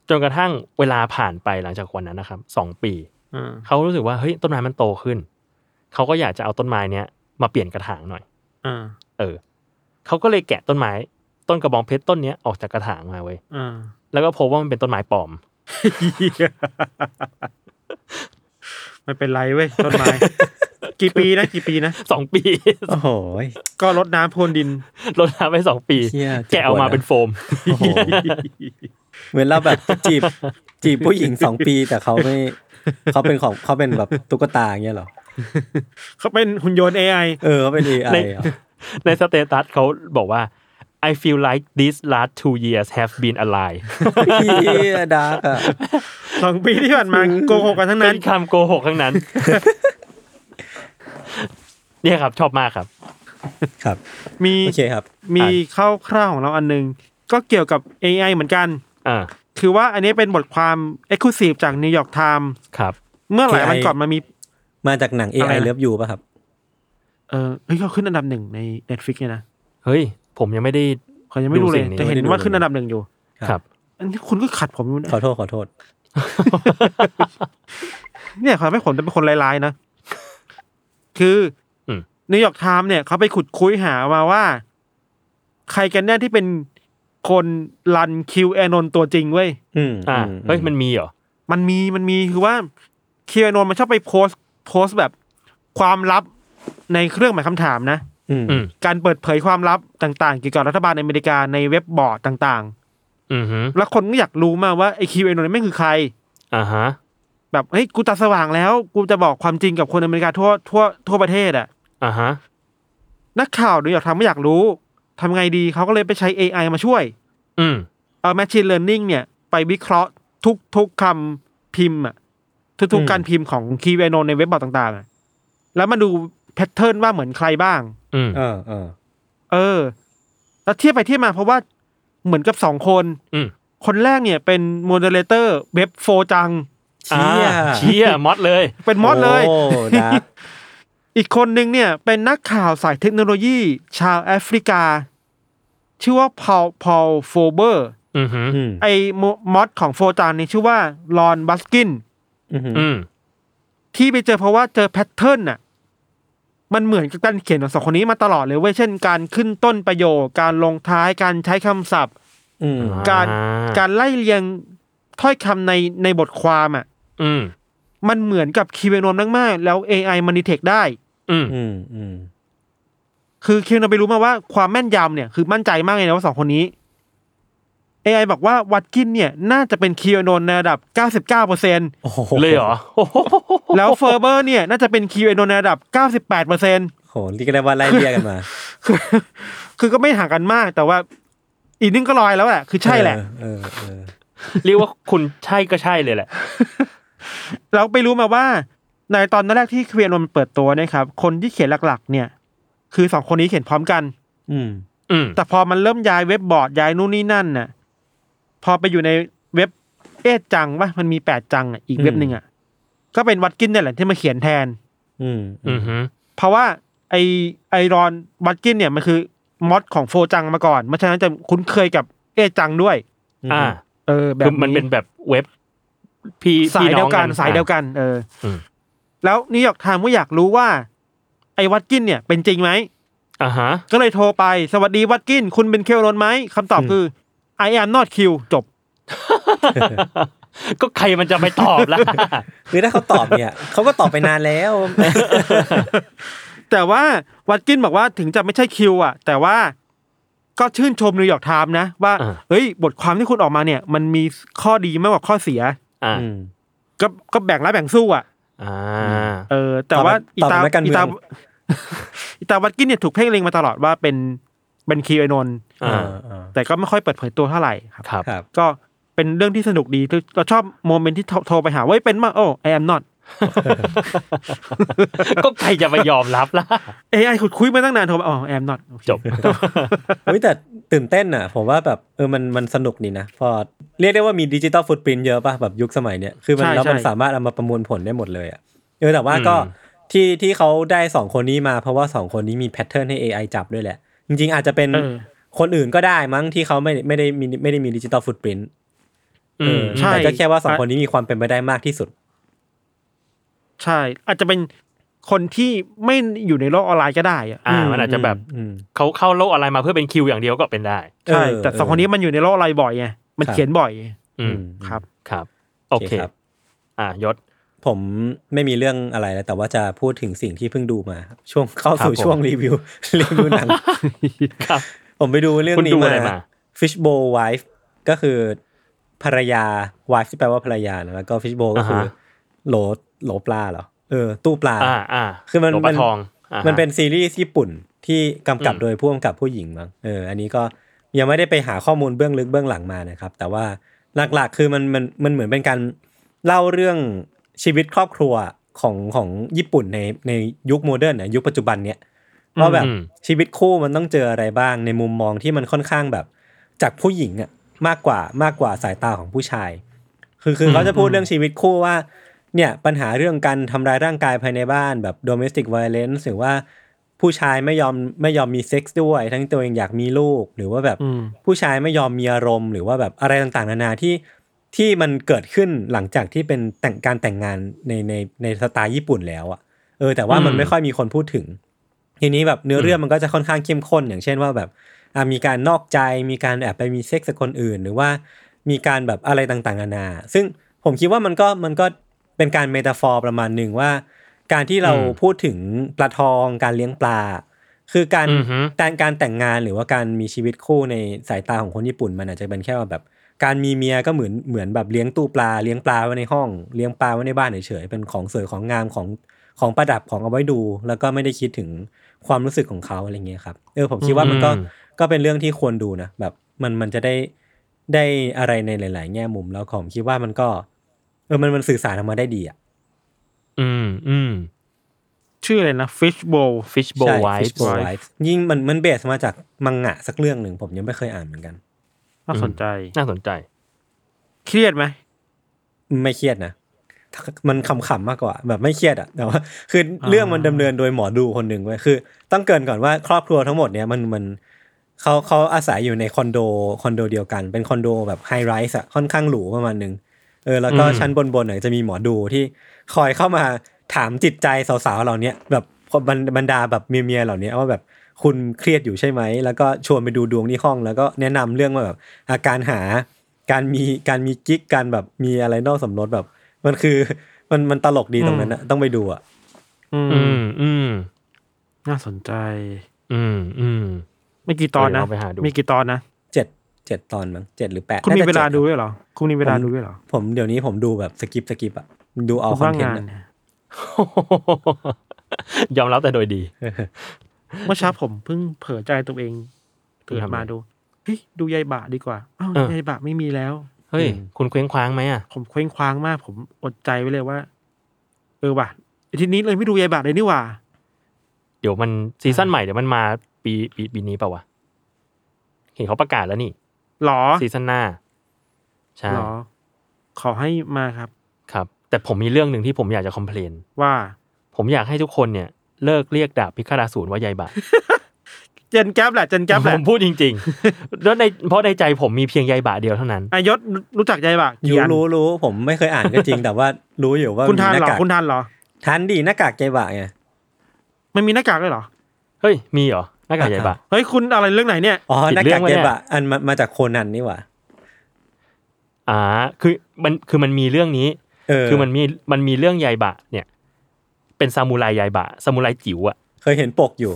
[SPEAKER 3] จนกระทั่งเวลาผ่านไปหลังจากวันนั้นนะครับสองปี
[SPEAKER 2] อ่า
[SPEAKER 3] เขารู้สึกว่าเฮ้ยต้นไม้มันโตขึ้น เขาก็อยากจะเอาต้นไม้เนี้ยมาเปลี่ยนกระถางหน่อย
[SPEAKER 2] อ่า
[SPEAKER 3] เออเขาก็เลยแกะต้นไม้ ต้นกระบองเพชรต้นเนี้ยออกจากกระถางมาเว้ย
[SPEAKER 2] อ่า
[SPEAKER 3] แล้วก็พบว่ามันเป็นต้นไม้ปลอม
[SPEAKER 2] ไม่เป็นไรเว้ยต้นไม้ กี่ปีนะกี่ปีนะ
[SPEAKER 3] สองปี
[SPEAKER 1] โอ้โหย
[SPEAKER 2] ก็ลดน้ำพรวนดิน
[SPEAKER 3] ลดน้ำไปสองปี
[SPEAKER 1] เชี่ยเจ็บ
[SPEAKER 3] แกะ
[SPEAKER 1] ปวดนะ
[SPEAKER 3] ออกมาเป็นโฟม
[SPEAKER 1] โอ้โหเหมือนเราแบบจีบ จีบผู้หญิงสองปีแต่เขาไม่เขาเป็นของเขาเป็นแบบตุ๊กตาอย่างเงี้ยเหรอ
[SPEAKER 2] เขาเป็นหุ่นยนต์ AI
[SPEAKER 1] เออเขาเป็นเอไอ
[SPEAKER 3] ใน ในสเตตัสเขาบอกว่า I feel like these last two years have been a lie
[SPEAKER 1] พี่ดาร์กอ่ะ
[SPEAKER 2] สองปีที่ผ่านมาโกหกกันทั้ง
[SPEAKER 3] เป็
[SPEAKER 2] นั้น
[SPEAKER 3] นคำโกหกทั้งนั้น เนี่ยครับ ชอบมากครับ
[SPEAKER 1] ครับ
[SPEAKER 2] มี
[SPEAKER 1] โอเคครับ
[SPEAKER 2] มีเข้าคร่าวๆของเราอันหนึง ก็เกี่ยวกับ AI เหมือนกัน
[SPEAKER 3] อ่า
[SPEAKER 2] คือว่าอันนี้เป็นบทความ Exclusive จาก New York Times
[SPEAKER 3] ครับ
[SPEAKER 2] เมื่อหลาย
[SPEAKER 1] AI
[SPEAKER 2] วันก่อนมันมี
[SPEAKER 1] มาจากหนัง
[SPEAKER 2] อะไร
[SPEAKER 1] AI
[SPEAKER 2] นะ
[SPEAKER 1] เลิฟยูป่ะครับ
[SPEAKER 2] เออเฮ้ยเขาขึ้นอันดับหนึ่งใน Netflix เนี่ยนะ
[SPEAKER 3] เฮ้ย ผมยังไม่ได้
[SPEAKER 2] เขายังไม่ดูเลย
[SPEAKER 3] ดูสิ่งนี้
[SPEAKER 2] แต่เห็นว่าขึ้นอันดับหนึ่งอยู่
[SPEAKER 3] ครับ
[SPEAKER 2] อันนี้คุณก็ขัดผมอยู่นะ
[SPEAKER 1] ขอโทษขอโทษ
[SPEAKER 2] เนี่ยเขาไม่ผมจะเป็นคนร้ายๆนะ คืออ
[SPEAKER 3] ม
[SPEAKER 2] นิวยอร์กไทม์เนี่ยเขาไปขุดคุยหามาว่า ใครกันแน่ที่เป็นคนรันคิวแอนนตัวจริงเว้ย
[SPEAKER 1] อืม
[SPEAKER 3] อ่าเฮ้ยมันมีเหรอ
[SPEAKER 2] มันมีมันมีคือว่าเคียนนมันชอบไปโพสต์โพสต์แบบความลับในเครื่องหมายคำถามนะ
[SPEAKER 1] อืม
[SPEAKER 3] อืม
[SPEAKER 2] การเปิดเผยความลับต่างๆ เกี่ยวกับรัฐบาลอเมริกาในเว็บบอร์ดต่าง
[SPEAKER 3] อือฮึ
[SPEAKER 2] ๆ แล้วคนก็อยากรู้มากว่าไอคิวเอนนไม่งคือใคร
[SPEAKER 3] อ่าฮะ
[SPEAKER 2] แบบเฮ้ยกูตาสว่างแล้ว กูจะบอกความจริงกับคนอเมริกาทั่วทั่วทั่วประเทศอ่ะ
[SPEAKER 3] อ่าฮะ
[SPEAKER 2] นักข่าวหรืออยากทำไม่อยากรู้ทำไงดีเขาก็เลยไปใช้ AI มาช่วย
[SPEAKER 3] อืม
[SPEAKER 2] เอา Machine Learning เนี่ย ไปวิเคราะห์ทุกทุกคำพิมพ์อ่ะ ทุกๆการพิมพ์ของคีย์เวนในเว็บบอร์ดต่างๆอะแล้วมาดูแพทเทิร์นว่าเหมือนใครบ้าง
[SPEAKER 3] อืม
[SPEAKER 1] เออเออ
[SPEAKER 2] เออ แล้วเทียบไปเทียบมาเพราะว่าเหมือนกับสองคน
[SPEAKER 3] อืม
[SPEAKER 2] คนแรกเนี่ยเป็นโมเดเลเตอร์เว็บโฟจัง
[SPEAKER 1] เชี่ย
[SPEAKER 3] อ่าเชียมอดเลย
[SPEAKER 2] เป็นมอดเลย
[SPEAKER 1] โอ้ดาร์ก
[SPEAKER 2] อีกคนหนึ่งเนี่ยเป็นนักข่าวสายเทคโนโลยี ชาวแอฟริกา ชื่อว่าพอลพอลโฟเบอร์
[SPEAKER 3] อือฮึ
[SPEAKER 1] อืม
[SPEAKER 2] ไอโมมอดของโฟจังนี่ชื่อว่าลอนบัสกิน
[SPEAKER 1] อืม
[SPEAKER 3] อืม
[SPEAKER 2] ที่ไปเจอเพราะว่าเจอแพทเทิร์นน่ะ มันเหมือนกับการเขียนของสองคนนี้มาตลอดเลยเว้ย เช่นการขึ้นต้นประโยค การลงท้าย การใช้คำศัพท์
[SPEAKER 1] อืม
[SPEAKER 3] อ่า
[SPEAKER 2] การ การไล่เรียงถ้อยคำในในบทความอ่ะ
[SPEAKER 3] อืม
[SPEAKER 2] มันเหมือนกับคีย์เวนนมากๆ แล้ว AI มันดีเทคได้
[SPEAKER 3] อืม
[SPEAKER 1] อืมอืม
[SPEAKER 2] คือคีย์เวนนไปรู้มาว่าความแม่นยำเนี่ย คือมั่นใจมากเลยนะว่าสองคนนี้ AI บอกว่าวัดกินเนี่ยน่าจะเป็นคีย์เวนนในระดับ 99%
[SPEAKER 1] โอ้โห
[SPEAKER 3] เลยเหรอโอ้โห
[SPEAKER 2] แล้วเฟอร์เบอร์เนี่ยน่าจะเป็นคีย์เวนนในระดับ 98%
[SPEAKER 1] โหนี่ก็ได้ว่าไล่เรียกกันมา
[SPEAKER 2] คือก็ไม่ห่างกันมาก แต่ว่า อีกนึงก็ลอยแล้วแหละคือใช่แหละ
[SPEAKER 1] เออเออ
[SPEAKER 3] เรียกว่าคุณใช่ก็ใช่เลยแหละ
[SPEAKER 2] เราไปรู้มาว่า ในตอนแรกที่เควียนนท์เปิดตัวเนะครับ คนที่เขียนหลักๆ เนี่ย คือสองคนนี้เขียนพร้อมกัน
[SPEAKER 1] อืม
[SPEAKER 3] อืม
[SPEAKER 2] แต่พอมันเริ่มย้ายเว็บบอร์ดย้ายนู่นนี่นั่นน่ะ พอไปอยู่ในเว็บเอจังปะมันมีแปดจังอ่ะอีก
[SPEAKER 1] อืม
[SPEAKER 2] เว็บหนึ่งอ่ะก็เป็นวัดกินเนี่ยแหละที่มาเขียนแทน
[SPEAKER 1] อืม
[SPEAKER 3] อือฮึ
[SPEAKER 2] เพราะว่าไอไอรอนวัดกินเนี่ยมันคือมอดของโฟจังมาก่อนเพราะฉะนั้นจะคุ้นเคยกับเอจังด้วย
[SPEAKER 3] อ่า
[SPEAKER 2] เออ แบบ
[SPEAKER 3] คือมันเป็นแบบเว็บพี่
[SPEAKER 2] สาย
[SPEAKER 3] พี่
[SPEAKER 2] เดี
[SPEAKER 3] น้
[SPEAKER 2] ย
[SPEAKER 3] อ
[SPEAKER 2] ว
[SPEAKER 3] ง
[SPEAKER 2] กั
[SPEAKER 3] กัน น
[SPEAKER 2] สายเดียวกัน เอออ
[SPEAKER 3] ม
[SPEAKER 2] แล้วนิวยอร์กไทม์ก็อยากรู้ว่า ไอ้วัดกินเนี่ยเป็นจริงไหม
[SPEAKER 3] อ่าฮะ
[SPEAKER 2] ก็เลยโทรไปสวัสดีวัดกิน คุณเป็นเคลรนไหมคำตอบคือ I am not Q จบ
[SPEAKER 3] ก็ใครมันจะไปตอบล่ะ
[SPEAKER 1] คือถ้าเขาตอบเนี่ย เขาก็ตอบไปนานแล้ว
[SPEAKER 2] แต่ว่าวัดกินบอกว่าถึงจะไม่ใช่คิวอ่ะ แต่ว่าก็ชื่นชมนิวยอร์กไทม์นะ ว่า
[SPEAKER 3] อ่า
[SPEAKER 2] เฮ้ย บทความที่คุณออกมาเนี่ย มันมีข้อดีมากกว่าข้อเสีย
[SPEAKER 3] อ่า
[SPEAKER 1] อืม
[SPEAKER 2] ก็ก็แบ่งรับแบ่งสู้อ่ะ
[SPEAKER 3] อ่า
[SPEAKER 2] เออ แต่ว่าอี
[SPEAKER 1] ตอบ
[SPEAKER 2] ตา
[SPEAKER 1] แบบนักการเมื
[SPEAKER 2] อี
[SPEAKER 1] อง
[SPEAKER 2] ตา อีตาวัดกินเนี่ยถูกเพ่งเล็งมาตลอดว่าเป็นเป็นคิวไอนนท์
[SPEAKER 3] อ่า
[SPEAKER 1] เออ
[SPEAKER 2] แต่ก็ไม่ค่อยเปิดเผยตัวเท่าไหร่ครับ
[SPEAKER 3] ครับ
[SPEAKER 1] ครับ
[SPEAKER 2] ก็เป็นเรื่องที่สนุกดีเราชอบโมเมนต์ที่โทรโทรไปหาเว้ยเป็นมาโอ้ I am not
[SPEAKER 3] ก็ใครจะไปยอมรับล่ะ
[SPEAKER 2] เอไอขุดคุยมาตั้งนานโทรมาอ๋อ I am not โอเค
[SPEAKER 3] จบ
[SPEAKER 1] เฮ้ยแต่ตื่นเต้นอ่ะ ผมว่าแบบเออมันมันสนุกดีนะ พอเรียกได้ว่ามีดิจิตอลฟุตปรินเยอะป่ะ แบบยุคสมัยเนี้ยคือมัน
[SPEAKER 2] ใช่
[SPEAKER 1] แล้วมัน
[SPEAKER 2] ใช่
[SPEAKER 1] สามารถเอามาประมวลผลได้หมดเลยอ่ะเออแต่ว่าก็
[SPEAKER 3] อืม
[SPEAKER 1] ที่ที่เขาได้สองคนนี้มาเพราะว่าสองคนนี้มีแพทเทิร์นให้ AI จับด้วยแหละ จริงๆ อาจจะเป็น
[SPEAKER 2] เออ
[SPEAKER 1] คนอื่นก็ได้มั้งที่เขาไม่ไม่ได้มีไม่ได้มีดิจิตอลฟุตปริน
[SPEAKER 3] อืม
[SPEAKER 2] ใช่
[SPEAKER 1] แต่ก็แค่ว่าสองคนนี้มีความเป็นไปได้มากที่สุด
[SPEAKER 2] ใช่ อาจจะเป็นคนที่ไม่อยู่ในโลกออนไลน์ก็ได้อะ
[SPEAKER 3] อ่า มันอาจจะแบบ
[SPEAKER 1] อืม
[SPEAKER 3] เขาเข้าโลกอะไรมาเพื่อเป็นคิวอย่างเดียวก็เป็นได้
[SPEAKER 2] ใช่
[SPEAKER 1] เออ
[SPEAKER 2] แต่สองคนนี้มันอยู่ในโลกออนไลน์บ่อยไงมัน
[SPEAKER 1] ครับ
[SPEAKER 2] เขียนบ่อย
[SPEAKER 3] อื
[SPEAKER 1] อื
[SPEAKER 3] ม
[SPEAKER 1] ม
[SPEAKER 2] ครับ
[SPEAKER 3] ครับ โอเค
[SPEAKER 1] โอเคครับ
[SPEAKER 3] อ่ายศ
[SPEAKER 1] ผมไม่มีเรื่องอะไรแล้วแต่ว่าจะพูดถึงสิ่งที่เพิ่งดูมาครับช่วงเข้าสู่
[SPEAKER 3] ครับผม
[SPEAKER 1] ช่วงรี วิว รีวิวหนัง
[SPEAKER 3] ครับ
[SPEAKER 1] ผมไปดูเรื่อง
[SPEAKER 3] คุณ
[SPEAKER 1] นี้
[SPEAKER 3] ดู
[SPEAKER 1] มา
[SPEAKER 3] อะไรมา
[SPEAKER 1] Fishbowl Wife ก็คือภรรยา wife ที่แปลว่าภรรยานะแล้วก็ Fishbowl ก็คืออ
[SPEAKER 3] อฮะ
[SPEAKER 1] โหลโหลปลาเหรอเออ ตู้ปลา
[SPEAKER 3] อ่าอ่า
[SPEAKER 1] คือมัน
[SPEAKER 3] หลวง
[SPEAKER 1] มั
[SPEAKER 3] ปะ
[SPEAKER 1] น
[SPEAKER 3] ทองอ่าฮะ
[SPEAKER 1] มันเป็นซีรีส์ญี่ปุ่นที่กำกับ
[SPEAKER 3] อืม
[SPEAKER 1] โดยผู้กำกับผู้หญิงมั้งเอออันนี้ก็ยังไม่ได้ไปหาข้อมูลเบื้องลึกเบื้องหลังมานะครับ แต่ว่าหลักๆ คือมันมันมันเหมือนเป็นการเล่าเรื่องชีวิตครอบครัวของของญี่ปุ่นในในยุคโมเดิร์นนะยุคปัจจุบันเนี้ยว่าแบบชีวิตคู่มันต้องเจออะไรบ้างในมุมมองที่มันค่อนข้างแบบ จากผู้หญิงอะมากกว่ามากกว่าสายตาของผู้ชาย คือคือเขาจะพูดเรื่องชีวิตคู่ว่า เนี่ยปัญหาเรื่องการทำร้ายร่างกายภายในบ้านแบบ domestic violence หรือว่าผู้ชายไม่ยอมไม่ยอมมีเซ็กส์ด้วย ทั้งตัวเองอยากมีลูก หรือว่าแบบ
[SPEAKER 2] อืม
[SPEAKER 1] ผู้ชายไม่ยอมมีอารมณ์ หรือว่าแบบอะไรต่างๆ นานาที่ที่มันเกิดขึ้นหลังจากที่เป็นแต่งการแต่งงานในในในสไตล์ญี่ปุ่นแล้วอะเออแต่ว่ามัน
[SPEAKER 3] อืม
[SPEAKER 1] ไม่ค่อยมีคนพูดถึง ทีนี้แบบเนื้อเรื่องมันก็จะค่อนข้างเข้มข้น อย่างเช่นว่าแบบอ่ะมีการนอกใจมีการแอบไปมีเซ็กส์กับคนอื่น หรือว่ามีการแบบอะไรต่างๆนานา ซึ่งผมคิดว่ามันก็มันก็เป็นการเมตาฟอร์ประมาณหนึ่งว่า การที่เรา
[SPEAKER 3] อืม
[SPEAKER 1] พูดถึงปลาทองการเลี้ยงปลา คือการ
[SPEAKER 3] อือฮึ
[SPEAKER 1] การการแต่งงานหรือว่าการมีชีวิตคู่ในสายตาของคนญี่ปุ่น มันอาจจะเป็นแค่ว่าแบบ การมีเมียก็เหมือนเหมือนแบบเลี้ยงตู้ปลาเลี้ยงปลาไว้ในห้อง เลี้ยงปลาไว้ในบ้านเฉยๆเป็นของสวยของงามของของประดับของเอาไว้ดู แล้วก็ไม่ได้คิดถึงความรู้สึกของเขาอะไรเงี้ยครับเออผมคิดว่ามันก็
[SPEAKER 3] อืม
[SPEAKER 1] ก็เป็นเรื่องที่ควรดูนะแบบมันมันจะได้ได้อะไรในหลาย ๆ แง่มุมแล้วผมคิดว่ามันก็ เออมันมันสื่อสารออกมาได้ดีอ่ะ
[SPEAKER 3] อืมอืม
[SPEAKER 2] ชื่ออะไรนะ Fish Bowl
[SPEAKER 3] Fishbowl
[SPEAKER 1] ใช่
[SPEAKER 3] Wife
[SPEAKER 1] Fishbowl Wives ยิ่งมันมันเบสมาจากมังงะสักเรื่องหนึ่งผมยังไม่เคยอ่านเหมือนกัน
[SPEAKER 2] น่าสนใจ
[SPEAKER 3] น่าสนใจ
[SPEAKER 2] เครียดไหม
[SPEAKER 1] ไม่เครียดนะ มันขำๆมากกว่า แบบไม่เครียดอะแต่ว่าคือเรื่องมันดำเนินโดยหมอดูคนหนึ่งไว้ยคือ ต้องเกรินก่อนว่าครอบครัวทั้งหมดเนี่ยมันมันเขาเขาอาศัยอยู่ในคอนโดคอนโดเดียวกัน เป็นคอนโดแบบไฮไรส์อะค่อนข้างหรูประมาณหนึ่งเออแล้วก็
[SPEAKER 3] อืม
[SPEAKER 1] ชั้นบนๆเนี่ยจะมีหมอดูที่คอยเข้ามาถามจิตใจสาวๆเหล่าเนี้ยแบบบรรบรรดาแบบเมียๆเหล่าเนี้ยว่าแบบคุณเครียดอยู่ใช่ไหมแล้วก็ชวนไปดูดวงที่ห้องแล้วก็แนะนำเรื่องว่าแบบอาการหา การมีการมีกิ๊กการแบบมีอะไรนอกสมรสแบบ มันคือ มันมันตลกดีตรงนั้นนะต้องไปดูอ่ะ
[SPEAKER 2] อื
[SPEAKER 3] อื
[SPEAKER 2] ม
[SPEAKER 3] มอืม
[SPEAKER 2] น่าสนใจ
[SPEAKER 3] อืมอืม
[SPEAKER 2] ไม่กี่ตอนนะ
[SPEAKER 3] เดี๋ยวเราไปหาดู
[SPEAKER 2] มีกี่ตอนนะ
[SPEAKER 1] เจ็ดเจ็ดตอนมั้งเจ็ดหรือแปด
[SPEAKER 2] คุณมี
[SPEAKER 1] น่จะ
[SPEAKER 2] เวลา
[SPEAKER 1] จ็
[SPEAKER 2] ดูด้วยเหรอ คุณมีเวลาดูด้วยเหรอ
[SPEAKER 1] ผมเดี๋ยวนี้ผมดูแบบสกิปสกิปอ่ะ ดูเอา
[SPEAKER 2] คุณ
[SPEAKER 1] คอน
[SPEAKER 2] ว่าง
[SPEAKER 1] เทน
[SPEAKER 2] งา
[SPEAKER 1] ต์
[SPEAKER 2] น
[SPEAKER 1] อะ
[SPEAKER 3] ยอมรับแต่โดยดี
[SPEAKER 2] เมื่อเช้าผมเพิ่งเผลอใจตัวเอง
[SPEAKER 3] เพิ่
[SPEAKER 2] เปิ
[SPEAKER 3] ง
[SPEAKER 2] ด
[SPEAKER 3] ทำอะไร
[SPEAKER 2] มาดู เฮ้ยดูยายบะดีกว่าอ้าว
[SPEAKER 3] เออ
[SPEAKER 2] ยายบะไม่มีแล้ว
[SPEAKER 3] เฮ้ย
[SPEAKER 1] อืม
[SPEAKER 3] คุณเคว้งคว้างไหมอ่ะ
[SPEAKER 2] ผมเคว้งคว้างมาก ผมอดใจไว้เลยว่า เออว่ะอาทีนี้เลยไม่ดูยายบะเลยนี่หว่า
[SPEAKER 3] เดี๋ยวมันซีซั่นใหม่เดี๋ยวมันมาปีปีปีนี้เปล่าวะเห็นเขาประกาศแล้วนี่
[SPEAKER 2] หรอ
[SPEAKER 3] ซีซั่นหน้าใช่
[SPEAKER 2] หรอ ขอให้มาครับ
[SPEAKER 3] ครับ แต่ผมมีเรื่องหนึ่งที่ผมอยากจะคอมเพลน
[SPEAKER 2] ว่า
[SPEAKER 3] ผมอยากให้ทุกคนเนี่ย เลิกเรียกดาบพิฆาตอสูรว่ายายบะ
[SPEAKER 2] เจนแก๊ปแหละเจนแก๊ปแห
[SPEAKER 3] ผ
[SPEAKER 2] ละ
[SPEAKER 3] มพูดจริงๆ แล้วในเพราะในใจผมมีเพียงยายบะเดียวเท่านั้น
[SPEAKER 2] อายศรู้จักยายบะ
[SPEAKER 1] ยู
[SPEAKER 2] กี่อัน
[SPEAKER 1] รู้รู้ผมไม่เคยอ่านก็จริง แต่ว่ารู้อยู่ว่า
[SPEAKER 2] คุณทาน
[SPEAKER 1] มีห
[SPEAKER 2] เหรอก
[SPEAKER 1] น้าาก
[SPEAKER 2] คุณทานเหรอ
[SPEAKER 1] ทันดีหน้ากากใจบะไง
[SPEAKER 2] มันมีหน้ากากด้วยเหรอ
[SPEAKER 3] เฮ้ย มีเหรอหน้ากากยายบะ
[SPEAKER 2] เฮ้ยคุณอะไรเรื่องไหนเนี่ย
[SPEAKER 1] อ๋อ
[SPEAKER 3] ผิด
[SPEAKER 1] หน้า
[SPEAKER 3] เรื่
[SPEAKER 1] กา
[SPEAKER 3] อก งวะ
[SPEAKER 1] ใจ
[SPEAKER 3] เนี่ย
[SPEAKER 1] บะอันมามาจากโคนันนี่หว่า
[SPEAKER 3] อ่า คือมันคือมันมีเรื่องนี้
[SPEAKER 1] เออ
[SPEAKER 3] คือมันมีมันมีเรื่องยายบะ เนี่ย เป็นซามูไรยายบะซามูไรจิ๋วอะ
[SPEAKER 1] เคยเห็นปกอยู่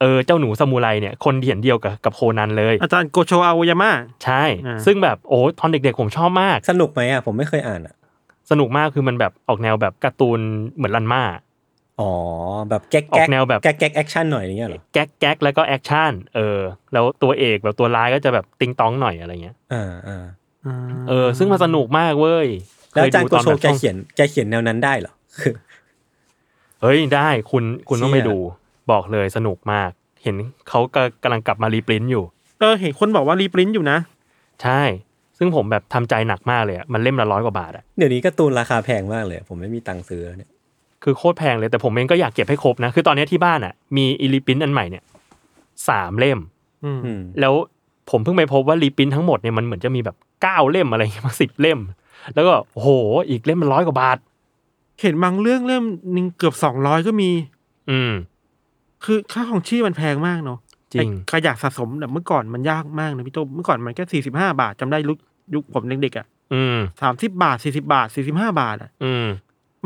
[SPEAKER 3] เออเจ้าหนูซามูไรเนี่ยคนเห็นเดียวกับกับโคนันเลย
[SPEAKER 2] อาจารย์โกโชอาโอยามะ
[SPEAKER 3] ใช่
[SPEAKER 2] อ่า
[SPEAKER 3] ซึ่งแบบโอ้ตอนเด็กๆผมชอบมาก
[SPEAKER 1] สนุกไหมอ่ะผมไม่เคยอ่านอ่ะ
[SPEAKER 3] สนุกมากคือมันแบบออกแนวแบบการ์ตูนเหมือนลันมา
[SPEAKER 1] อ๋อแบบแก๊ก
[SPEAKER 3] ออก
[SPEAKER 1] แก๊ก
[SPEAKER 3] แนวแบบ
[SPEAKER 1] แก๊กแก๊กแอคชั่นหน่อยอย่างเงี้ยเหรอ
[SPEAKER 3] แก๊กแก๊กแล้วก็แอคชั่นเออ แล้วตัวเอกแบบตัวร้ายก็จะแบบติงตองหน่อยอะไรเงี้ย
[SPEAKER 1] อ่าอ่า
[SPEAKER 3] เออซึ่งมันสนุกมากเว้ย
[SPEAKER 1] แล้ว
[SPEAKER 3] เค
[SPEAKER 1] อาจารย์โก
[SPEAKER 3] ตอน
[SPEAKER 1] โช
[SPEAKER 3] แบบ
[SPEAKER 1] แก
[SPEAKER 3] ช่อง
[SPEAKER 1] เขียนแกเขียนแนวนั้นได้เหรอคือ
[SPEAKER 3] เฮ้ยได้คุณคุณต้องไป
[SPEAKER 1] เชี่ย
[SPEAKER 3] ดู บอกเลยสนุกมาก เห็นเขากกำลังกลับมารีปรินต์อยู่
[SPEAKER 2] เออเห็นคนบอกว่ารีปรินต์อยู่นะ
[SPEAKER 3] ใช่ ซึ่งผมแบบทำใจหนักมากเลยอะมันเล่มละร้อยกว่าบาทอะ
[SPEAKER 1] เดี๋ยวนี้การ์ตูนราคาแพงมากเลย ผมไม่มีตังค์ซื้อแล้วเนี่ย
[SPEAKER 3] คือโคตรแพงเลยแต่ผมเองก็อยากเก็บให้ครบนะ คือตอนนี้ที่บ้านอะมีอีรีปรินต์อันใหม่เนี่ยสามเล่ม
[SPEAKER 2] อืม
[SPEAKER 1] อืม
[SPEAKER 3] แล้วผมเพิ่งไปพบว่ารีปรินท์ทั้งหมดเนี่ยมันเหมือนจะมีแบบเก้าเล่มอะไรเงี้ย มาสิบเล่ม แล้วก็โอ้โหอีกเล่มมันร้อยกว่าบาท
[SPEAKER 2] เห็นบางเรื่องเล่มหนึ่งเกือบสองร้อยก็มี
[SPEAKER 3] อืม
[SPEAKER 2] คือค่าของชีพมันแพงมากเนาะ
[SPEAKER 3] จริง
[SPEAKER 2] ไอ้ขยะสะสมแบบเมื่อก่อนมันยากมากนะพี่ตุ้มเมื่อก่อนมันแค่สี่สิบห้าบาทจำได้ยุคยุคผมเด็กๆอ่ะ
[SPEAKER 3] อืม
[SPEAKER 2] สามสิบาทสี่สิบาทสี่สิบห้าบาทอ่ะ
[SPEAKER 3] อืม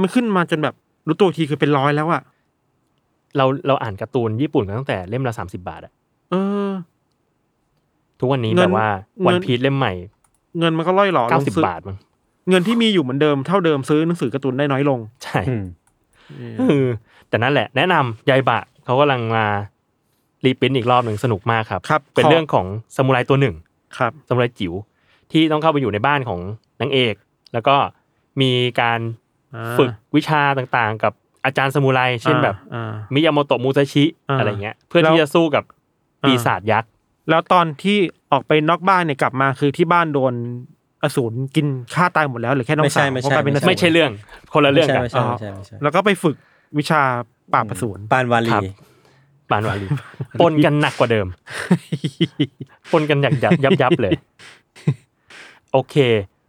[SPEAKER 2] มันขึ้นมาจนแบบรู้ตัวทีคือเป็นร้อยแล้วอ่ะ
[SPEAKER 3] เราเราอ่านการ์ตูนญี่ปุ่นกันตั้งแต่เล่มละสามสิบาทอะ
[SPEAKER 2] เออ
[SPEAKER 3] ทุกวันนี้
[SPEAKER 2] เงิน
[SPEAKER 3] แบบว่า
[SPEAKER 2] เงิน
[SPEAKER 3] วันพีชเล่มใหม่
[SPEAKER 2] เงินมันก็ล่อยหลอ
[SPEAKER 3] เก้า
[SPEAKER 2] ลง
[SPEAKER 3] สิ
[SPEAKER 2] ซื้อบ
[SPEAKER 3] บาทมั้ง
[SPEAKER 2] เงินที่มีอยู่เหมือนเดิมเท่าเดิมซื้อหนังสือการ์ตูนได้น้อยลง
[SPEAKER 3] ใช่
[SPEAKER 1] อืม
[SPEAKER 3] เออ แต่นั่นแหละแนะนำยายบะเขากำลังมารีปรินท์อีกรอบหนึ่งสนุกมากครับ
[SPEAKER 2] ครับ
[SPEAKER 3] เป็น
[SPEAKER 2] ข
[SPEAKER 3] เรื่องของซามูไรตัวหนึ่ง
[SPEAKER 2] ครับ
[SPEAKER 3] ซามูไรจิ๋วที่ต้องเข้าไปอยู่ในบ้านของนางเอก แล้วก็มีการ
[SPEAKER 2] อ่า
[SPEAKER 3] ฝึกวิชาต่างๆ กับอาจารย์ซามูไรเช่นแบบ
[SPEAKER 2] อ่า
[SPEAKER 3] มิยาโมโตะมูซาชิ
[SPEAKER 2] อ่า
[SPEAKER 3] อะไรเงี้ย เพื่อ
[SPEAKER 2] แล้ว
[SPEAKER 3] ที่จะสู้กับปีศาจยักษ์
[SPEAKER 2] แล้วตอนที่ออกไปนอกบ้านเนี่ยกลับมาคือที่บ้านโดนอสูรกินฆ่าตายหมดแล้วเหรือแค่น้องสาวเพราะกลายเป็นอสูร
[SPEAKER 3] ไม่ใช่เรื่องคนละเรื่องกัน
[SPEAKER 1] ไม่ใช่ไม่ใช่ไม่ใช่ไม่ใช่
[SPEAKER 2] แล้วก็ไปฝึกวิชาปราบอสูร
[SPEAKER 1] ปานวา
[SPEAKER 3] ครั
[SPEAKER 1] ลี
[SPEAKER 3] บ ปานวา ลีปนกันหนักกว่าเดิม ปนกันหนักยับยับยับ เลย โอเค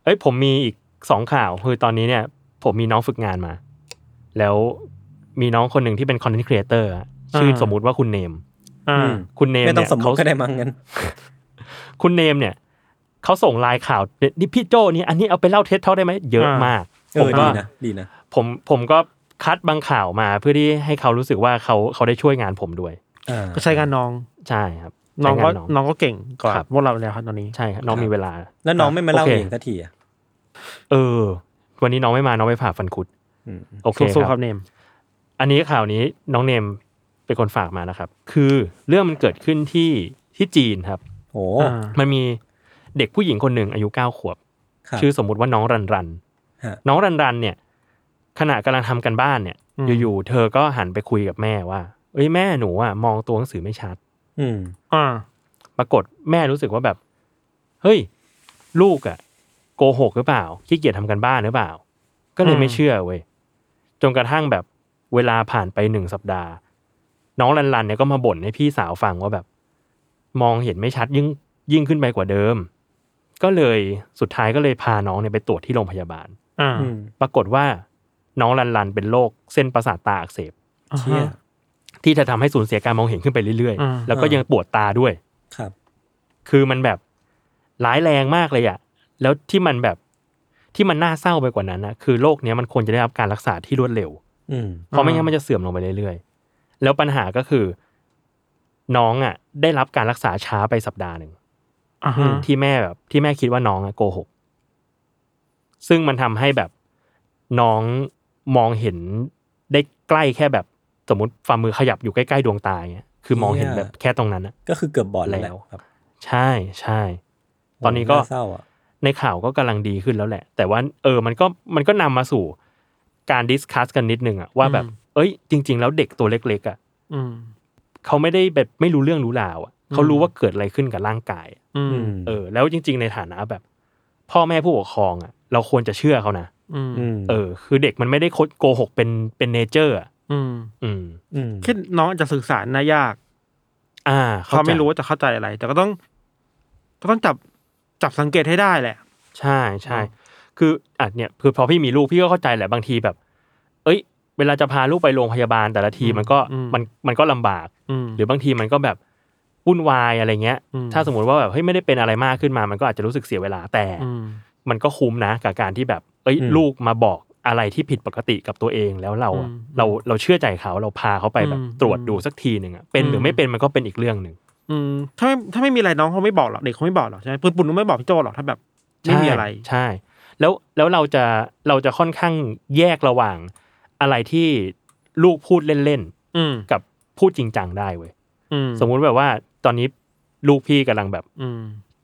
[SPEAKER 3] เอ้ย ผมมีอีกสองข่าวคือตอนนี้เนี่ย ผมมีน้องฝึกงานมา แล้วมีน้องคนหนึ่งที่เป็นคอนเทนต์ครีเอเตอร์ชื่อ
[SPEAKER 2] อ่า
[SPEAKER 3] สมมุติว่าคุณเนม
[SPEAKER 2] อ่า
[SPEAKER 1] อืม
[SPEAKER 3] คุณเนม
[SPEAKER 1] ไม่ต้อง
[SPEAKER 3] เนี่ย
[SPEAKER 1] สมม
[SPEAKER 3] เขา
[SPEAKER 1] ติก็ได้มั้งงั้น
[SPEAKER 3] คุณเนมเนี่ยเขาส่งไลน์ข่าวนี่พี่โจนี่อันนี้เอาไปเล่าเท็จเท่าได้ไหมเยอะ
[SPEAKER 2] อ่าม
[SPEAKER 3] มาก
[SPEAKER 1] เอ
[SPEAKER 3] ผม
[SPEAKER 1] อ
[SPEAKER 3] ก็
[SPEAKER 1] ดีนะดีนะ
[SPEAKER 3] ผมผมก็คัดบางข่าวมาเพื่อที่ให้เขารู้สึกว่าเขาเขาได้ช่วยงานผมด้วย
[SPEAKER 1] อ่า
[SPEAKER 2] ก็ใช้งานน้อง
[SPEAKER 3] ใช่ครับ
[SPEAKER 2] น้องก็
[SPEAKER 3] ใช้า
[SPEAKER 2] น้องก็เก่งกว่า
[SPEAKER 3] ครับ
[SPEAKER 2] พวกเราแล้วครับตอนนี้
[SPEAKER 3] ใช่ครับน้อง
[SPEAKER 1] ครับ
[SPEAKER 3] มีเวลา
[SPEAKER 1] แล้วน้องไม่มาเล่า
[SPEAKER 3] โอเค
[SPEAKER 1] เองสักทีอ่ะ
[SPEAKER 3] เออ วันนี้น้องไม่มาน้องไปผ่าฟันคุด
[SPEAKER 1] อืม
[SPEAKER 3] โอเค
[SPEAKER 2] สู้ๆค
[SPEAKER 3] ครั
[SPEAKER 2] รั
[SPEAKER 3] บบ
[SPEAKER 2] เนม
[SPEAKER 3] อันนี้ข่าวนี้น้องเนมเป็นคนฝากมานะครับ คือเรื่องมันเกิดขึ้นที่ที่จีนครับ
[SPEAKER 1] โอ้
[SPEAKER 2] อ่า
[SPEAKER 3] มันมีเด็กผู้หญิงคนหนึ่งอายุเก้าขวบ
[SPEAKER 1] ครับ
[SPEAKER 3] ชื่อสมมุติว่าน้องรันรัน
[SPEAKER 1] ฮะ
[SPEAKER 3] น้องรันรันเนี่ย ขณะกำลังทำกันบ้านเนี่ย
[SPEAKER 2] อืม
[SPEAKER 3] อยู่ๆเธอก็หันไปคุยกับแม่ว่าเอ้ยแม่หนูอ่ะมองตัวหนังสือไม่ชัด
[SPEAKER 1] อืม
[SPEAKER 2] อ่า
[SPEAKER 3] ปรากฏแม่รู้สึกว่าแบบ เฮ้ย ลูกอะโกหกหรือเปล่าขี้เกียจทำกันบ้านหรือเปล่า ก็เลยไม่
[SPEAKER 2] อืม
[SPEAKER 3] เชื่อเว้ยจนกระทั่งแบบเวลาผ่านไปหนึ่งสัปดาห์ น้องลันลันเนี่ยก็มาบ่นให้พี่สาวฟังว่าแบบ มองเห็นไม่ชัดยิ่งยิ่งขึ้นไปกว่าเดิม ก็เลยสุดท้ายก็เลยพาน้องเนี่ยไปตรวจที่โรงพยาบาล
[SPEAKER 2] อ่า
[SPEAKER 1] อืม
[SPEAKER 3] ปรากฏว่า น้องลันลันเป็นโรคเส้นประสาทตาอักเสบ
[SPEAKER 2] อ่า
[SPEAKER 1] เชี่ย
[SPEAKER 2] ฮะ
[SPEAKER 3] ที่จะทำให้สูญเสียการมองเห็นขึ้นไปเรื่อย
[SPEAKER 2] อ่า
[SPEAKER 3] ๆ แล้วก็ยังปวดตาด้วย
[SPEAKER 1] ครับ
[SPEAKER 3] คือมันแบบร้ายแรงมากเลยอะแล้วที่มันแบบที่มันน่าเศร้าไปกว่านั้นนะคือโรคเนี้ยมันควรจะได้รับการรักษาที่รวดเร็ว
[SPEAKER 1] อืม
[SPEAKER 3] เพราะไม่งั้นมันจะเสื่อมลงไปเรื่อยๆ แล้วปัญหาก็คือ น้องอะได้รับการรักษาช้าไปสัปดาห์หนึ่ง
[SPEAKER 2] อ่าฮะ
[SPEAKER 3] ที่แม่แบบที่แม่คิดว่าน้องอะโกหก ซึ่งมันทำให้แบบน้องมองเห็นได้ใกล้แค่แบบสมมติฝ่ามือขยับอยู่ใกล้ๆดวงตาอย่างเงี้ยคือมองเห็นแบบแค่ตรงนั้นอะ
[SPEAKER 1] ก็คือเกือบบอดแล้ว
[SPEAKER 3] แล้ว
[SPEAKER 1] ครับ
[SPEAKER 3] ใช่ใช่ ตอนนี้ก็
[SPEAKER 1] โาเศร้าอ่ะ
[SPEAKER 3] ในข่าวก็กำลังดีขึ้นแล้วแหละ แต่ว่าเออมันก็มันก็นำมาสู่การดิสคัสกันนิดนึงอะว่าแบบ
[SPEAKER 2] อืม
[SPEAKER 3] เอ้ย จริง ๆ แล้วเด็กตัวเล็กๆอะ
[SPEAKER 2] อืม
[SPEAKER 3] เขาไม่ได้แบบไม่รู้เรื่องรู้ราวอะเขารู้ว่าเกิดอะไรขึ้นกับร่างกายอะ
[SPEAKER 2] อืม
[SPEAKER 1] ม
[SPEAKER 3] เออ แล้วจริง ๆ ในฐานะแบบ พ่อแม่ผู้ปกครองอะเราควรจะเชื่อเขานะ
[SPEAKER 2] อืม
[SPEAKER 1] ม
[SPEAKER 3] เออ คือเด็กมันไม่ได้คดโกหกเป็นเป็นเนเจอร์อะ
[SPEAKER 2] อืม
[SPEAKER 3] อืม
[SPEAKER 1] ม
[SPEAKER 2] คิดน้องอาจจะสื่อสารน่ายาก
[SPEAKER 3] อ่า
[SPEAKER 2] เขา
[SPEAKER 3] ใจ
[SPEAKER 2] ไม่รู้ว่าจะเข้าใจอะไร แต่ก็ต้อง ก็ต้องจับจับสังเกตให้ได้แหละ
[SPEAKER 3] ใช่ใช่คืออ่ะเนี่ยคือพอพี่มีลูกพี่ก็เข้าใจแหละบางทีแบบ เอ้ย เวลาจะพาลูกไปโรงพยาบาลแต่ละที
[SPEAKER 2] อืม
[SPEAKER 3] มันก็
[SPEAKER 2] อืม
[SPEAKER 3] มันมันก็ลำบาก
[SPEAKER 2] อืม
[SPEAKER 3] หรือบางทีมันก็แบบวุ่นวายอะไรเงี้ย
[SPEAKER 2] อืม
[SPEAKER 3] ถ้าสมมติว่าแบบเฮ้ยไม่ได้เป็นอะไรมากขึ้นมา มันก็อาจจะรู้สึกเสียเวลาแต่
[SPEAKER 2] ม
[SPEAKER 3] มันก็คุ้มนะกับการที่แบบ เอ้ย ลูกมาบอกอะไรที่ผิดปกติกับตัวเองแล้วเราอะ
[SPEAKER 2] อืม
[SPEAKER 3] เราเราเชื่อใจเขาเราพาเขาไปแบบ
[SPEAKER 2] อืม
[SPEAKER 3] ตรวจดูสักทีหนึ่งอะเป็นหรืออ
[SPEAKER 2] ม
[SPEAKER 3] ไม่เป็นมันก็เป็นอีกเรื่องหนึ่ง
[SPEAKER 2] อืมถ้าไม่ถ้าไม่มีอะไรน้องเขาไม่บอกหรอกเด็กเขาไม่บอกหรอกใช่ไหมปุ่นปุ่นก็ไม่บอกพี่โจหรอกถ้าแบบไม่มีอะไร
[SPEAKER 3] ใช่ แล้วแล้วเราจะเราจะค่อนข้างแยกระหว่างอะไรที่ลูกพูดเล่น
[SPEAKER 2] อืม
[SPEAKER 3] ๆกับพูดจริงจังได้เว้ย
[SPEAKER 2] อืม
[SPEAKER 3] สมมุติแบบว่าตอนนี้ลูกพี่กำลังแบบ
[SPEAKER 2] อืม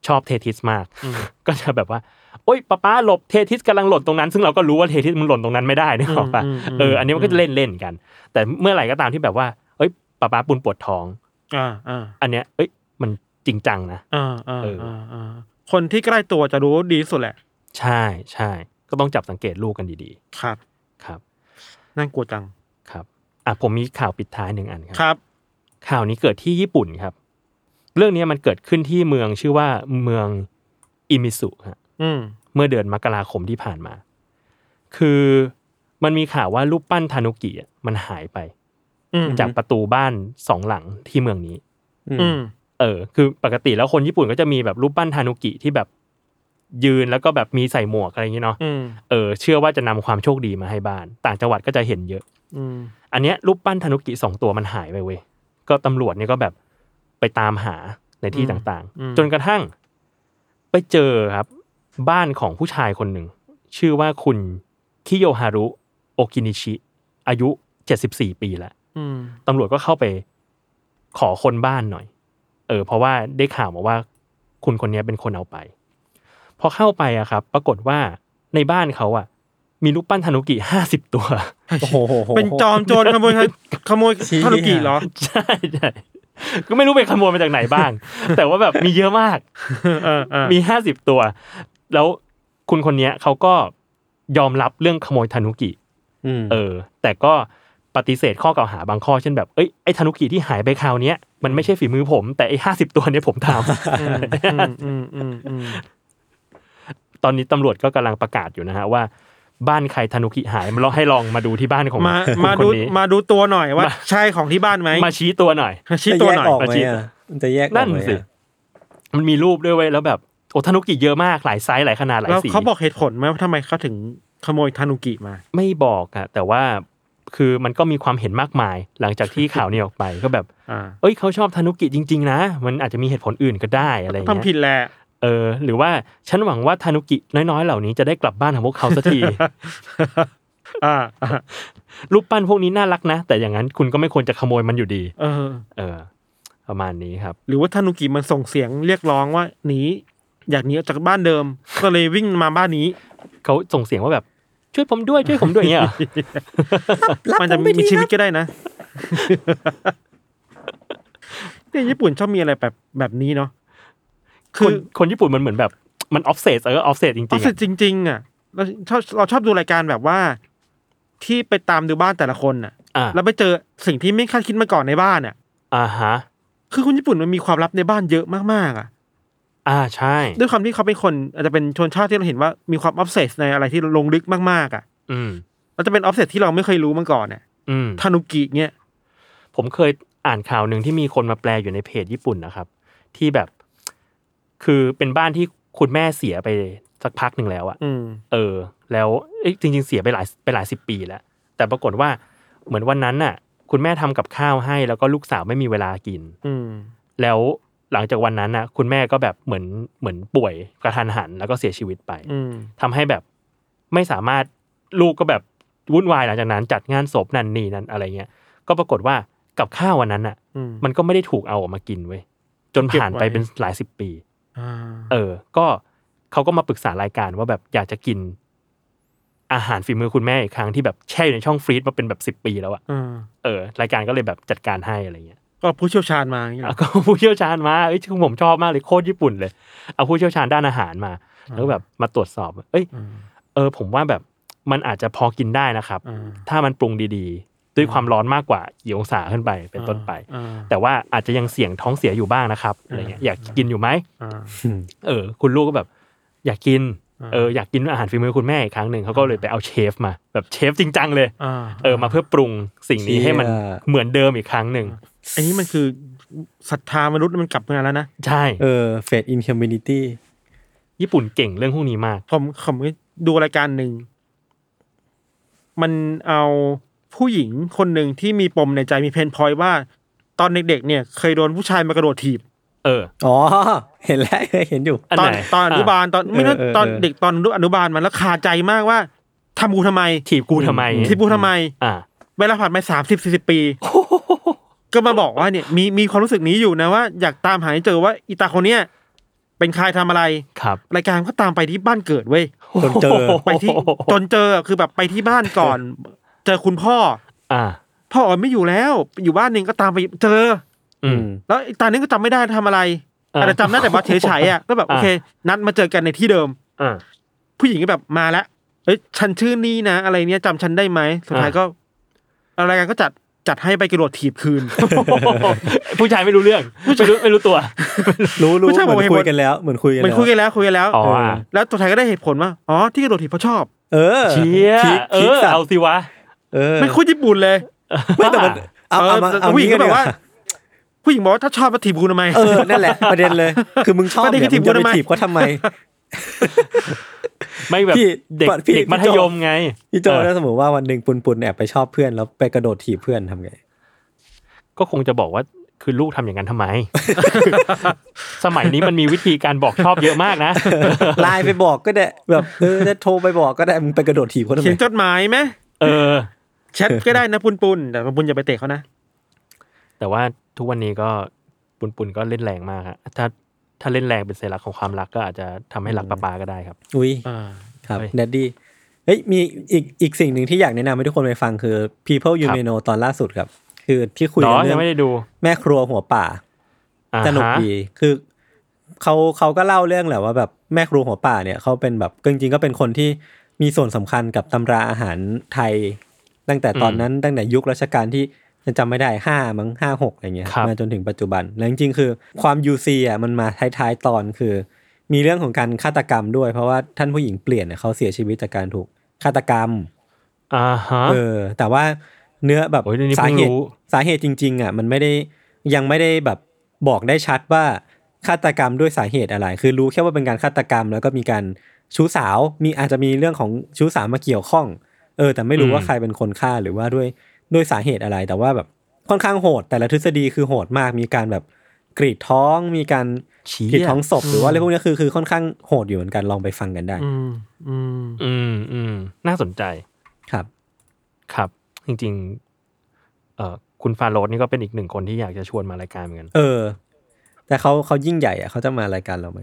[SPEAKER 3] ชอบเททิสมาก
[SPEAKER 2] อืม
[SPEAKER 3] ก็จะแบบว่า โอ๊ยป้าป้าหลบเททิสกำลังหล่นตรงนั้น ซึ่งเราก็รู้ว่าเททิสมันหล่นตรงนั้นไม่ได้นะหรอกปะ
[SPEAKER 2] อืมอืม
[SPEAKER 3] เอออันนี้มันก็จะเล่นเล่นๆกัน แต่เมื่อไหร่ก็ตามที่แบบว่าเอ้ยป้าป้าปุนปวดท้อง
[SPEAKER 2] อ่าอ่า
[SPEAKER 3] อันเนี้ยเอ้ยมันจริงจังนะ
[SPEAKER 2] อ่าอ่า
[SPEAKER 3] เออ
[SPEAKER 2] อ่าอ่าคนที่ใกล้ตัวจะรู้ดีที่สุดแหละ
[SPEAKER 3] ใช่ใช่ก็ต้องจับสังเกตลูกกันดี
[SPEAKER 2] ครับ
[SPEAKER 3] ๆครับ
[SPEAKER 2] น่ากลัวจัง
[SPEAKER 3] ครับอ่ะผมมีข่าวปิดท้ายหนึ่งอัน
[SPEAKER 2] ค
[SPEAKER 3] ครั
[SPEAKER 2] รั
[SPEAKER 3] บ
[SPEAKER 2] บ
[SPEAKER 3] ข่าวนี้เกิดที่ญี่ปุ่นครับ เรื่องนี้มันเกิดขึ้นที่เมืองชื่อว่าเมืองอิมิสุฮะ
[SPEAKER 2] อืม
[SPEAKER 3] เมื่อเดือนมกราคมที่ผ่านมา คือมันมีข่าวว่ารูปปั้นทานุกิอ่ะมันหายไป
[SPEAKER 2] อืม
[SPEAKER 3] จากประตูบ้านสองหลังที่เมืองนี้
[SPEAKER 2] อืม
[SPEAKER 3] เออ คือปกติแล้วคนญี่ปุ่นก็จะมีแบบรูปปั้นทานุกิที่แบบยืนแล้วก็แบบมีใส่หมวกอะไรอย่างเงี้ยเนาะ
[SPEAKER 2] อืม
[SPEAKER 3] เออเชื่อว่าจะนำความโชคดีมาให้บ้าน ต่างจังหวัดก็จะเห็นเยอะ
[SPEAKER 2] อืม
[SPEAKER 3] อันเนี้ยรูปปั้นธนุกิสองตัวมันหายไปเว้ย ก็ตำรวจเนี่ยก็แบบไปตามหาในที่
[SPEAKER 2] อืม
[SPEAKER 3] ต่าง
[SPEAKER 2] อืม
[SPEAKER 3] ๆ จนกระทั่ง ไปเจอครับ บ้านของผู้ชายคนหนึ่ง ชื่อว่าคุณคิโยฮารุโอกินิชิ อายุ 74 ปีแล้ว
[SPEAKER 2] อืม
[SPEAKER 3] ตำรวจก็เข้าไปขอคนบ้านหน่อย เออ เพราะว่าได้ข่าวมาว่าคุณคนเนี้ยเป็นคนเอาไป พอเข้าไปอะครับ ปรากฏว่าในบ้านเขาอะมีรูปปั้นธนุกิห้าสิบตัว
[SPEAKER 1] โอ้โห
[SPEAKER 2] เป็นจอมโจรขโมยขโมย
[SPEAKER 1] ชี้
[SPEAKER 2] ทารุกิเหรอ
[SPEAKER 3] ใช่ใช่ก็ไม่รู้ไปขโมยมาจากไหน บ้าง แต่ว่าแบบมีเยอะมาก
[SPEAKER 2] เออเออ
[SPEAKER 3] มีห้าสิบตัว แล้วคุณคนเนี้ยเขาก็ยอมรับเรื่องขโมยธนุกิ
[SPEAKER 1] อืม
[SPEAKER 3] เออ แต่ก็ปฏิเสธข้อกล่าวหาบางข้อ เช่นแบบเอ้ยไอ้ธนุกิที่หายไปคราวเนี้ยมันไม่ใช่ฝีมือผม แต่ไอ้ห้าสิบตัวเนี้ยผมท
[SPEAKER 2] อืมอืมอืมอืม
[SPEAKER 3] ำ ตอนนี้ตำรวจก็กำลังประกาศอยู่นะฮะว่า บ้านใครธนุกิหายมาลองให้ลองมาดูที่บ้านของ
[SPEAKER 2] มา
[SPEAKER 3] คุณ
[SPEAKER 2] มา
[SPEAKER 3] ค
[SPEAKER 2] ดู
[SPEAKER 3] นนี้
[SPEAKER 2] มาดูตัวหน่อยว่า ใช่ของที่บ้านไหม
[SPEAKER 3] มาชี้ตัวหน่อย
[SPEAKER 2] ชี้ตัวหน่อย
[SPEAKER 1] จะแยกออกไหม
[SPEAKER 3] มาชี้
[SPEAKER 1] อะมันจะแยกออกไหม
[SPEAKER 3] นั่นสิ
[SPEAKER 1] อะ
[SPEAKER 3] มันมีรูปด้วยเว้ยแล้วแบบโอ้ธนุกิเยอะมากหลายไซส์หลายขนาดหลาย
[SPEAKER 2] แล้ว
[SPEAKER 3] สี
[SPEAKER 2] เขาบอกเหตุผลไหมว่าทำไมเขาถึงขโมยทานุกิมา
[SPEAKER 3] ไม่บอกอะแต่ว่าคือมันก็มีความเห็นมากมาย หลังจาก ที่ข่าวนี้ออกไป ก็แบบ
[SPEAKER 2] อ่า
[SPEAKER 3] เอ้ยเขาชอบธนุกิจริง ๆ นะ มันอาจจะมีเหตุผลอื่นก็ได้อะไรอย่าง
[SPEAKER 2] ทำผิ
[SPEAKER 3] เงี้ย
[SPEAKER 2] ดแหละ
[SPEAKER 3] เออ หรือว่าฉันหวังว่าธนุกิน้อยๆ เหล่านี้จะได้กลับบ้านของพวกเขาสัก ที
[SPEAKER 2] อ่าอ่า
[SPEAKER 3] รูปปั้นพวกนี้น่ารักนะ แต่อย่างนั้นคุณก็ไม่ควรจะขโมยมันอยู่ดี
[SPEAKER 2] เออ
[SPEAKER 3] เออ ประมาณนี้ครับ
[SPEAKER 2] หรือว่าทานุกิมันส่งเสียงเรียกร้องว่าหนีอยากหนีออกจากบ้านเดิม ก็เลยวิ่งมาบ้านนี้
[SPEAKER 3] เขาส่งเสียงว่าแบบ ช่วยผมด้วยช่วยผมด้วยอย่างเงี้ยเหรอ
[SPEAKER 2] มันจะมีชีวิตก็ได้นะ เนี่ยญี่ปุ่นชอบมีอะไรแบบแบบนี้เนาะ คื
[SPEAKER 3] คน
[SPEAKER 2] อ
[SPEAKER 3] คนญี่ปุ่นมันเหมือนแบบมันออฟเซตเออออฟเซตจริ
[SPEAKER 2] เอา
[SPEAKER 3] งๆ
[SPEAKER 2] เสร็
[SPEAKER 3] อะ
[SPEAKER 2] จจริง ๆ อ่ะเราชอบเราชอบดูรายการแบบว่า ที่ไปตามดูบ้านแต่ละคนอ่ะ
[SPEAKER 3] อ่า
[SPEAKER 2] แล้วไปเจอสิ่งที่ไม่คาดคิดมาก่อนในบ้านอ่ะ
[SPEAKER 3] อ่าฮะ
[SPEAKER 2] คือคนญี่ปุ่นมันมีความลับในบ้านเยอะมากๆอ่ะ
[SPEAKER 3] อ่าใช่
[SPEAKER 2] ด้วยความที่เขาเป็นคนอาจจะเป็นชนชาติที่เราเห็นว่ามีความออฟเซสในอะไรที่ลงลึกมากๆอ่ะ
[SPEAKER 3] อืม
[SPEAKER 2] มันจะเป็นออฟเซสที่เราไม่เคยรู้มาก่อนเนี่ย
[SPEAKER 3] อืม
[SPEAKER 2] ทานุกิเนี่ย
[SPEAKER 3] ผมเคยอ่านข่าวหนึ่งที่มีคนมาแปลอยู่ในเพจญี่ปุ่นนะครับ ที่แบบ คือเป็นบ้านที่คุณแม่เสียไปสักพักหนึ่งแล้วอะ
[SPEAKER 2] อืม
[SPEAKER 3] เออ แล้วเอ้ยจริง ๆ เสียไปหลายไปหลายสิบปีแล้ว แต่ปรากฏว่าเหมือนวันนั้นน่ะ คุณแม่ทำกับข้าวให้ แล้วก็ลูกสาวไม่มีเวลากิน
[SPEAKER 2] อืม
[SPEAKER 3] แล้วหลังจากวันนั้นน่ะ คุณแม่ก็แบบเหมือนเหมือนป่วยกระทันหัน แล้วก็เสียชีวิตไป
[SPEAKER 2] อืม
[SPEAKER 3] ทำให้แบบไม่สามารถลูกก็แบบวุ่นวายหลังจากนั้น จัดงานศพนั่นนี่นั่นอะไรเงี้ย ก็ปรากฏว่ากับข้าววันนั้นอ่ะ
[SPEAKER 2] อืม
[SPEAKER 3] มันก็ไม่ได้ถูกเอาออกมากินเว้ย จนผ่านไปเป็นหลายสิบปี
[SPEAKER 2] อ่า
[SPEAKER 3] เออ ก็เขาก็มาปรึกษารายการว่าแบบอยากจะกิน อาหารฝีมือคุณแม่อีกครั้งที่แบบแช่อยู่ในช่องฟรีซมาเป็นแบบสิบ10 ปีแล้วอะ
[SPEAKER 2] อ่า
[SPEAKER 3] เออรายการก็เลยแบบจัดการให้อะไรเงี้ย
[SPEAKER 2] ก็ผู้เชี่ยวชาญมาอย่างนี้เหรอ
[SPEAKER 3] แล้วก็ ผู้เชี่ยวชาญมาเอ้ยคือผมชอบมากเลยโคตรญี่ปุ่นเลย เอาผู้เชี่ยวชาญด้านอาหารมา แล้วก็แบบมาตรวจสอบว่าเอ้ย
[SPEAKER 2] อืม
[SPEAKER 3] เออผมว่าแบบมันอาจจะพอกินได้นะครับ
[SPEAKER 2] อ่า
[SPEAKER 3] ถ้ามันปรุงดีๆ ด้วยความร้อนมากกว่ากี่องศาขึ้นไปเป็นต้นไป
[SPEAKER 2] อ่า
[SPEAKER 3] แต่ว่าอาจจะยังเสี่ยงท้องเสียอยู่บ้างนะครับอะไรเงี้ยอยากกินอยู่ไหม
[SPEAKER 2] อ่า
[SPEAKER 3] เออคุณลูกก็แบบ อยากกิน
[SPEAKER 2] อ่า
[SPEAKER 3] เอออยากกินอาหารฝีมือคุณแม่อีกครั้งหนึ่งเขาก็เลยไปเอาเชฟมา แบบเชฟจริงจังเลย
[SPEAKER 2] อ่า
[SPEAKER 3] เออมาเพื่อปรุงสิ่งนี้
[SPEAKER 1] เชี่ย
[SPEAKER 3] ให้มันเหมือนเดิมอีกครั้งหนึ่ง
[SPEAKER 2] อันนี้มันคือศรัทธามนุษย์มันกลับมาแล้วนะ
[SPEAKER 3] ใช่
[SPEAKER 1] เออเฟดอินคอมมูนิตี้
[SPEAKER 3] ญี่ปุ่นเก่งเรื่องพวกนี้มาก
[SPEAKER 2] ผมผมดูรายการหนึ่ง มันเอาผู้หญิงคนหนึ่งที่มีปมในใจมีเพนพอยว่า ตอนเด็กๆเนี่ย เคยโดนผู้ชายมากระโดดถีบ
[SPEAKER 3] เออ
[SPEAKER 1] อ๋อ เห็นแล้ว เคยเห็นอยู่
[SPEAKER 3] อัน
[SPEAKER 2] ตอน
[SPEAKER 3] ไหน
[SPEAKER 2] ตอนอนุบาลตอนไม่รู้
[SPEAKER 1] เออเออ
[SPEAKER 2] ตอน
[SPEAKER 1] เออ
[SPEAKER 2] เด็กตอนอนุบาลมันแล้วคาใจมากว่าทำกูทำไม
[SPEAKER 3] ถีบกูทำไม
[SPEAKER 2] ทีบกูทำไม
[SPEAKER 3] อ่า
[SPEAKER 2] เวลาผ่านไปสามสิบสี่สิบปี ก็มาบอกว่าเนี่ยมีมีความรู้สึกนี้อยู่นะว่าอยากตามหาให้เจอว่าอีตาคนเนี้ยเป็นใครทำอะไร
[SPEAKER 3] ครับ
[SPEAKER 2] รายการก็ตามไปที่บ้านเกิดเว้ย
[SPEAKER 1] จนเจอ
[SPEAKER 2] ไปที่จนเจอคือแบบไปที่บ้านก่อน เจอคุณพ่อ
[SPEAKER 3] อ่า
[SPEAKER 2] พ่ออ๋อยไม่อยู่แล้ว อยู่บ้านหนึ่งก็ตามไปเจอ
[SPEAKER 3] อืม
[SPEAKER 2] แล้วไอ้ตานึงก็จำไม่ได้ทำอะไร
[SPEAKER 3] อ่า
[SPEAKER 2] แต่จำได้แต่ว่าเฉยๆอ่ะก็แบบ
[SPEAKER 3] อ่า
[SPEAKER 2] โอเค นัดมาเจอกันในที่เดิม
[SPEAKER 3] อ่า
[SPEAKER 2] ผู้หญิงก็แบบมาแล้วเอ้ยฉันชื่อนี่นะ อะไรเนี้ยจำฉันได้ไหมสุดท้าย
[SPEAKER 3] อ่า
[SPEAKER 2] ก็อะไรายกันก็จัดจัดให้ไปกระโดดถีบคืน
[SPEAKER 3] ผู้ชายไม่รู้เรื่องไม่รู้ไม่รู้ตัว
[SPEAKER 1] รู้รู้
[SPEAKER 2] ไม่ใช่
[SPEAKER 1] เหมื
[SPEAKER 2] ผม
[SPEAKER 1] อ
[SPEAKER 2] เห็
[SPEAKER 1] น
[SPEAKER 2] นห
[SPEAKER 1] คุ
[SPEAKER 2] ม
[SPEAKER 1] ย
[SPEAKER 2] ด
[SPEAKER 1] กันแล้วเหมือนคุยกัน
[SPEAKER 2] มัน
[SPEAKER 1] แล้
[SPEAKER 2] คุ
[SPEAKER 1] วย
[SPEAKER 2] กันแล้วคุยกันแล้ว
[SPEAKER 3] อ๋ออ่ะ
[SPEAKER 2] แล้วสุดท้ายก็ได้เหตุผลว่าอ๋อที่กระโดดถีบเพราะชอบ
[SPEAKER 1] เออ
[SPEAKER 3] เชีย
[SPEAKER 1] คิก
[SPEAKER 3] เอ
[SPEAKER 1] คิก
[SPEAKER 3] อ
[SPEAKER 1] สัต
[SPEAKER 3] เอา
[SPEAKER 1] ว์
[SPEAKER 3] สิวะ
[SPEAKER 1] เออ
[SPEAKER 2] ไม่คุยญี่ปุ่นเลย
[SPEAKER 1] ไม่แต่มันเอาเอามา
[SPEAKER 2] แต่
[SPEAKER 1] เอา
[SPEAKER 2] ผู้หญิง
[SPEAKER 1] งี้
[SPEAKER 2] ก็แบบ
[SPEAKER 1] ดี
[SPEAKER 2] ว่า ผู้หญิงบอกว่าถ้าชอบมาถีบกูทำไม
[SPEAKER 1] เออนั่นแหละประเด็นเลย คือมึงชอบ
[SPEAKER 2] ประเด็น
[SPEAKER 1] เนี่ย
[SPEAKER 2] คือ
[SPEAKER 1] มึงจะ
[SPEAKER 2] ถีบกู
[SPEAKER 1] ไป
[SPEAKER 2] ทำไม
[SPEAKER 1] ถีบเขาทำไม
[SPEAKER 3] ไม่แบบ
[SPEAKER 1] พี่
[SPEAKER 3] เด็ก
[SPEAKER 1] พี่
[SPEAKER 3] เด็กมัธ
[SPEAKER 1] พี่โจ
[SPEAKER 3] ยมไง
[SPEAKER 1] พี่โจ
[SPEAKER 3] เออ
[SPEAKER 1] ถ้าสมมติว่าวันหนึ่งปุนปุนๆแอบไปชอบเพื่อนแล้วไปกระโดดถีบเพื่อนทำไง
[SPEAKER 3] ก็คงจะบอกว่าคือลูกทำอย่างนั้นทำ ไม สมัยนี้มันมีวิธีการบอกชอบเยอะมากนะ
[SPEAKER 1] ไลน์ไปบอกก็ได้แบบเออจะโทรไปบอกก็ได้มึงไปกระโดดถีบเขาทำไม
[SPEAKER 2] เขียนจดหมายไหม
[SPEAKER 3] เออ
[SPEAKER 2] แชทก็ได้นะปุนปุนๆแต่ปุนๆอย่าไปเตะเขานะ
[SPEAKER 3] แต่ว่าทุกวันนี้ก็ปุนปุนก็เล่นแรงมากอะถ้าถ้าเล่นแรงเป็นสัญลักษณ์ของความรักก็อาจจะทำให้รักปะปาก็ได้ครับ
[SPEAKER 1] อุ้ย
[SPEAKER 2] อ่า
[SPEAKER 1] ครับ
[SPEAKER 3] เฮ้ย
[SPEAKER 1] แดดดี้เฮ้ยมีอีกอีกสิ่งหนึ่งที่อยากแนะนำให้ทุกคนไปฟังคือ People You
[SPEAKER 3] ครับ
[SPEAKER 1] May Know ตอนล่าสุดครับ คือที่คุย
[SPEAKER 3] หร
[SPEAKER 1] กัน
[SPEAKER 3] อ
[SPEAKER 1] เรื่
[SPEAKER 3] ยั
[SPEAKER 1] อง ง
[SPEAKER 3] ไม่ได้ดู
[SPEAKER 1] แม่ครัวหัวป่า
[SPEAKER 3] อ่า
[SPEAKER 1] สนุก
[SPEAKER 3] ฮะ
[SPEAKER 1] ดีคือเขาเขาก็เล่าเรื่องแหละว่าแบบแม่ครัวหัวป่าเนี่ยเขาเป็นแบบจริงๆก็เป็นคนที่มีส่วนสำคัญกับตำราอาหารไทย ตั้งแต่ตอนนั้นตั้งแต่ยุครัชกาลที่จำไม่ได้ห้ามั้งห้าหกอะไรเงี้ยมาจนถึงปัจจุบันแล้วจริงๆคือความยูซีอ่ะมันมาท้ายๆตอนคือ มีเรื่องของการฆาตกรรมด้วย เพราะว่าท่านผู้หญิงเปลี่ยนเนี่ยเขาเสียชีวิตจากการถูกฆาตกรรม
[SPEAKER 3] อ่าฮะ
[SPEAKER 1] เออ แต่ว่าเนื้อแบบ
[SPEAKER 3] โอ้ยเรื่องนี้
[SPEAKER 1] สา
[SPEAKER 3] เพิ่ง
[SPEAKER 1] เห
[SPEAKER 3] รู้
[SPEAKER 1] ตุสาเหตุจริง ๆ อ่ะ มันไม่ได้ยังไม่ได้แบบบอกได้ชัดว่าฆาตกรรมด้วยสาเหตุอะไร คือรู้แค่ว่าเป็นการฆาตกรรม แล้วก็มีการชู้สาวมีอาจจะมีเรื่องของชู้สาวมาเกี่ยวข้อง เออ แต่ไม่รู้ว่าใครเป็นคนฆ่าหรือว่าด้วยด้วยสาเหตุอะไร แต่ว่าแบบค่อนข้างโหด แต่ละทฤษฎีคือโหดมาก มีการแบบกรีดท้อง มีการ
[SPEAKER 3] ชี้
[SPEAKER 1] กรีดท้องศพหรือว่าอะไรพวกเนี้ยคือคือค่อนข้างโหดอยู่เหมือนกันลองไปฟังกันได้
[SPEAKER 2] อืม อืม
[SPEAKER 3] อืมอืมน่าสนใจ
[SPEAKER 1] ครับ
[SPEAKER 3] ครับ จริงๆ เอ่อคุณฟาโรสนี่ก็เป็นอีกหนึ่งคนที่อยากจะชวนมารายการเหมือนกัน
[SPEAKER 1] เออ แต่เขาเขายิ่งใหญ่อะเขาจะมารายการเราไหม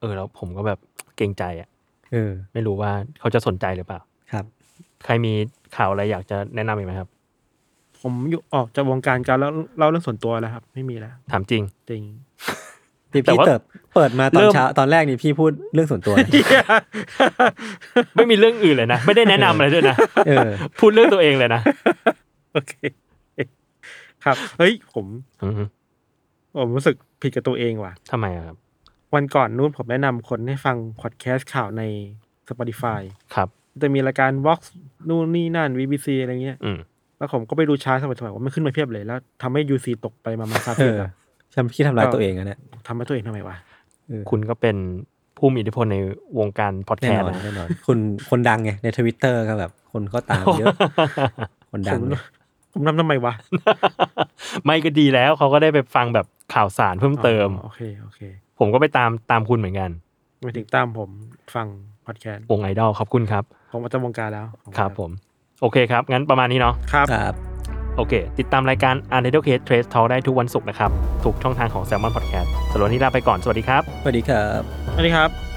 [SPEAKER 3] เออแล้วผมก็แบบเกรงใจอ่ะ
[SPEAKER 1] เออ
[SPEAKER 3] ไม่รู้ว่าเขาจะสนใจหรือเปล่า
[SPEAKER 1] ครับ
[SPEAKER 3] ใครมีข่าวอะไรอยากจะแนะนำอีกไหมครับ
[SPEAKER 2] ผมอยู่ออกจากวงการการแล้วเล่าเรื่องส่วนตัวแล้วครับ ไม่มีแล้ว
[SPEAKER 3] ถามจริง
[SPEAKER 2] จริง
[SPEAKER 1] นี่
[SPEAKER 3] แต่
[SPEAKER 1] พี่
[SPEAKER 3] ว่า
[SPEAKER 1] เติบเปิดมาตอ
[SPEAKER 3] เริ่
[SPEAKER 1] น
[SPEAKER 3] ม
[SPEAKER 1] เช้าตอนแรกนี่พี่พูดเรื่องส่วนตัวนะ
[SPEAKER 3] ไม่มีเรื่องอื่นเลยนะ ไม่ได้แนะนำอะไรด้วยนะ
[SPEAKER 1] เออ
[SPEAKER 3] พูดเรื่องตัวเองเลยนะ
[SPEAKER 2] โอเค ครับ เฮ้ย ผม
[SPEAKER 3] อืม
[SPEAKER 2] ผมรู้สึกผิดกับตัวเองว่ะ
[SPEAKER 3] ทำไมอะครับ
[SPEAKER 2] วันก่อนนู้นผมแนะนำคนให้ฟังพอดแคสต์ข่าวใน Spotify
[SPEAKER 3] ครับ
[SPEAKER 2] จะมีรายการ Vox นู่นนี่นั่น VBC อะไรเงี้ย
[SPEAKER 3] อืม
[SPEAKER 2] แล้วผมก็ไปดูชาร์ตสมัยๆว่ามันขึ้นมาเพียบเลย แล้วทำให้ UC ตกไปประมาณสาม
[SPEAKER 1] เอ
[SPEAKER 2] สิบ
[SPEAKER 1] อ
[SPEAKER 2] แล้ว
[SPEAKER 1] ทำพี่ทำร้ายตัวเองอะเนี่ย
[SPEAKER 2] ทำให้ตัวเองทำไมวะ
[SPEAKER 3] คุณก็เป็นผู้มีอิทธิพลในวงการพอดแค
[SPEAKER 1] แน่
[SPEAKER 3] ส
[SPEAKER 1] น
[SPEAKER 3] ต์
[SPEAKER 1] อน
[SPEAKER 3] นะ
[SPEAKER 1] แน่นอน คุณคนดังไงในทวิตเตอร์ก็แบบ คนก็ตามเยอะ คนดัง
[SPEAKER 2] ผม
[SPEAKER 1] เนี่ย
[SPEAKER 2] ผมทำทำไมวะ
[SPEAKER 3] ไม่ก็ดีแล้วเขาก็ได้ไปฟังแบบข่าวสารเพิ่มเติม
[SPEAKER 2] อ๋อโอเค โอเค
[SPEAKER 3] ผมก็ไปตามตามคุณเหมือนกัน
[SPEAKER 2] ไปถึงตามผมฟังพอดแคสต์
[SPEAKER 3] วงไอดอลขอบคุณครับ
[SPEAKER 2] ผมอาจจะวงการแล้วขอบณ
[SPEAKER 3] ครับผม โอเคครับ งั้นประมาณนี้เนาะ
[SPEAKER 2] ครับ
[SPEAKER 1] ครับ
[SPEAKER 3] โอเค ติดตามรายการ u n t i t l e Case Trace Talk ได้ทุกวันศุกร์นะครับ ทุกช่องทางของ Salmon Podcast สำหรับวันนี้ลาไปก่อน สวัสดีครับ
[SPEAKER 1] สวัสดีครับ
[SPEAKER 2] สวัสดีครับ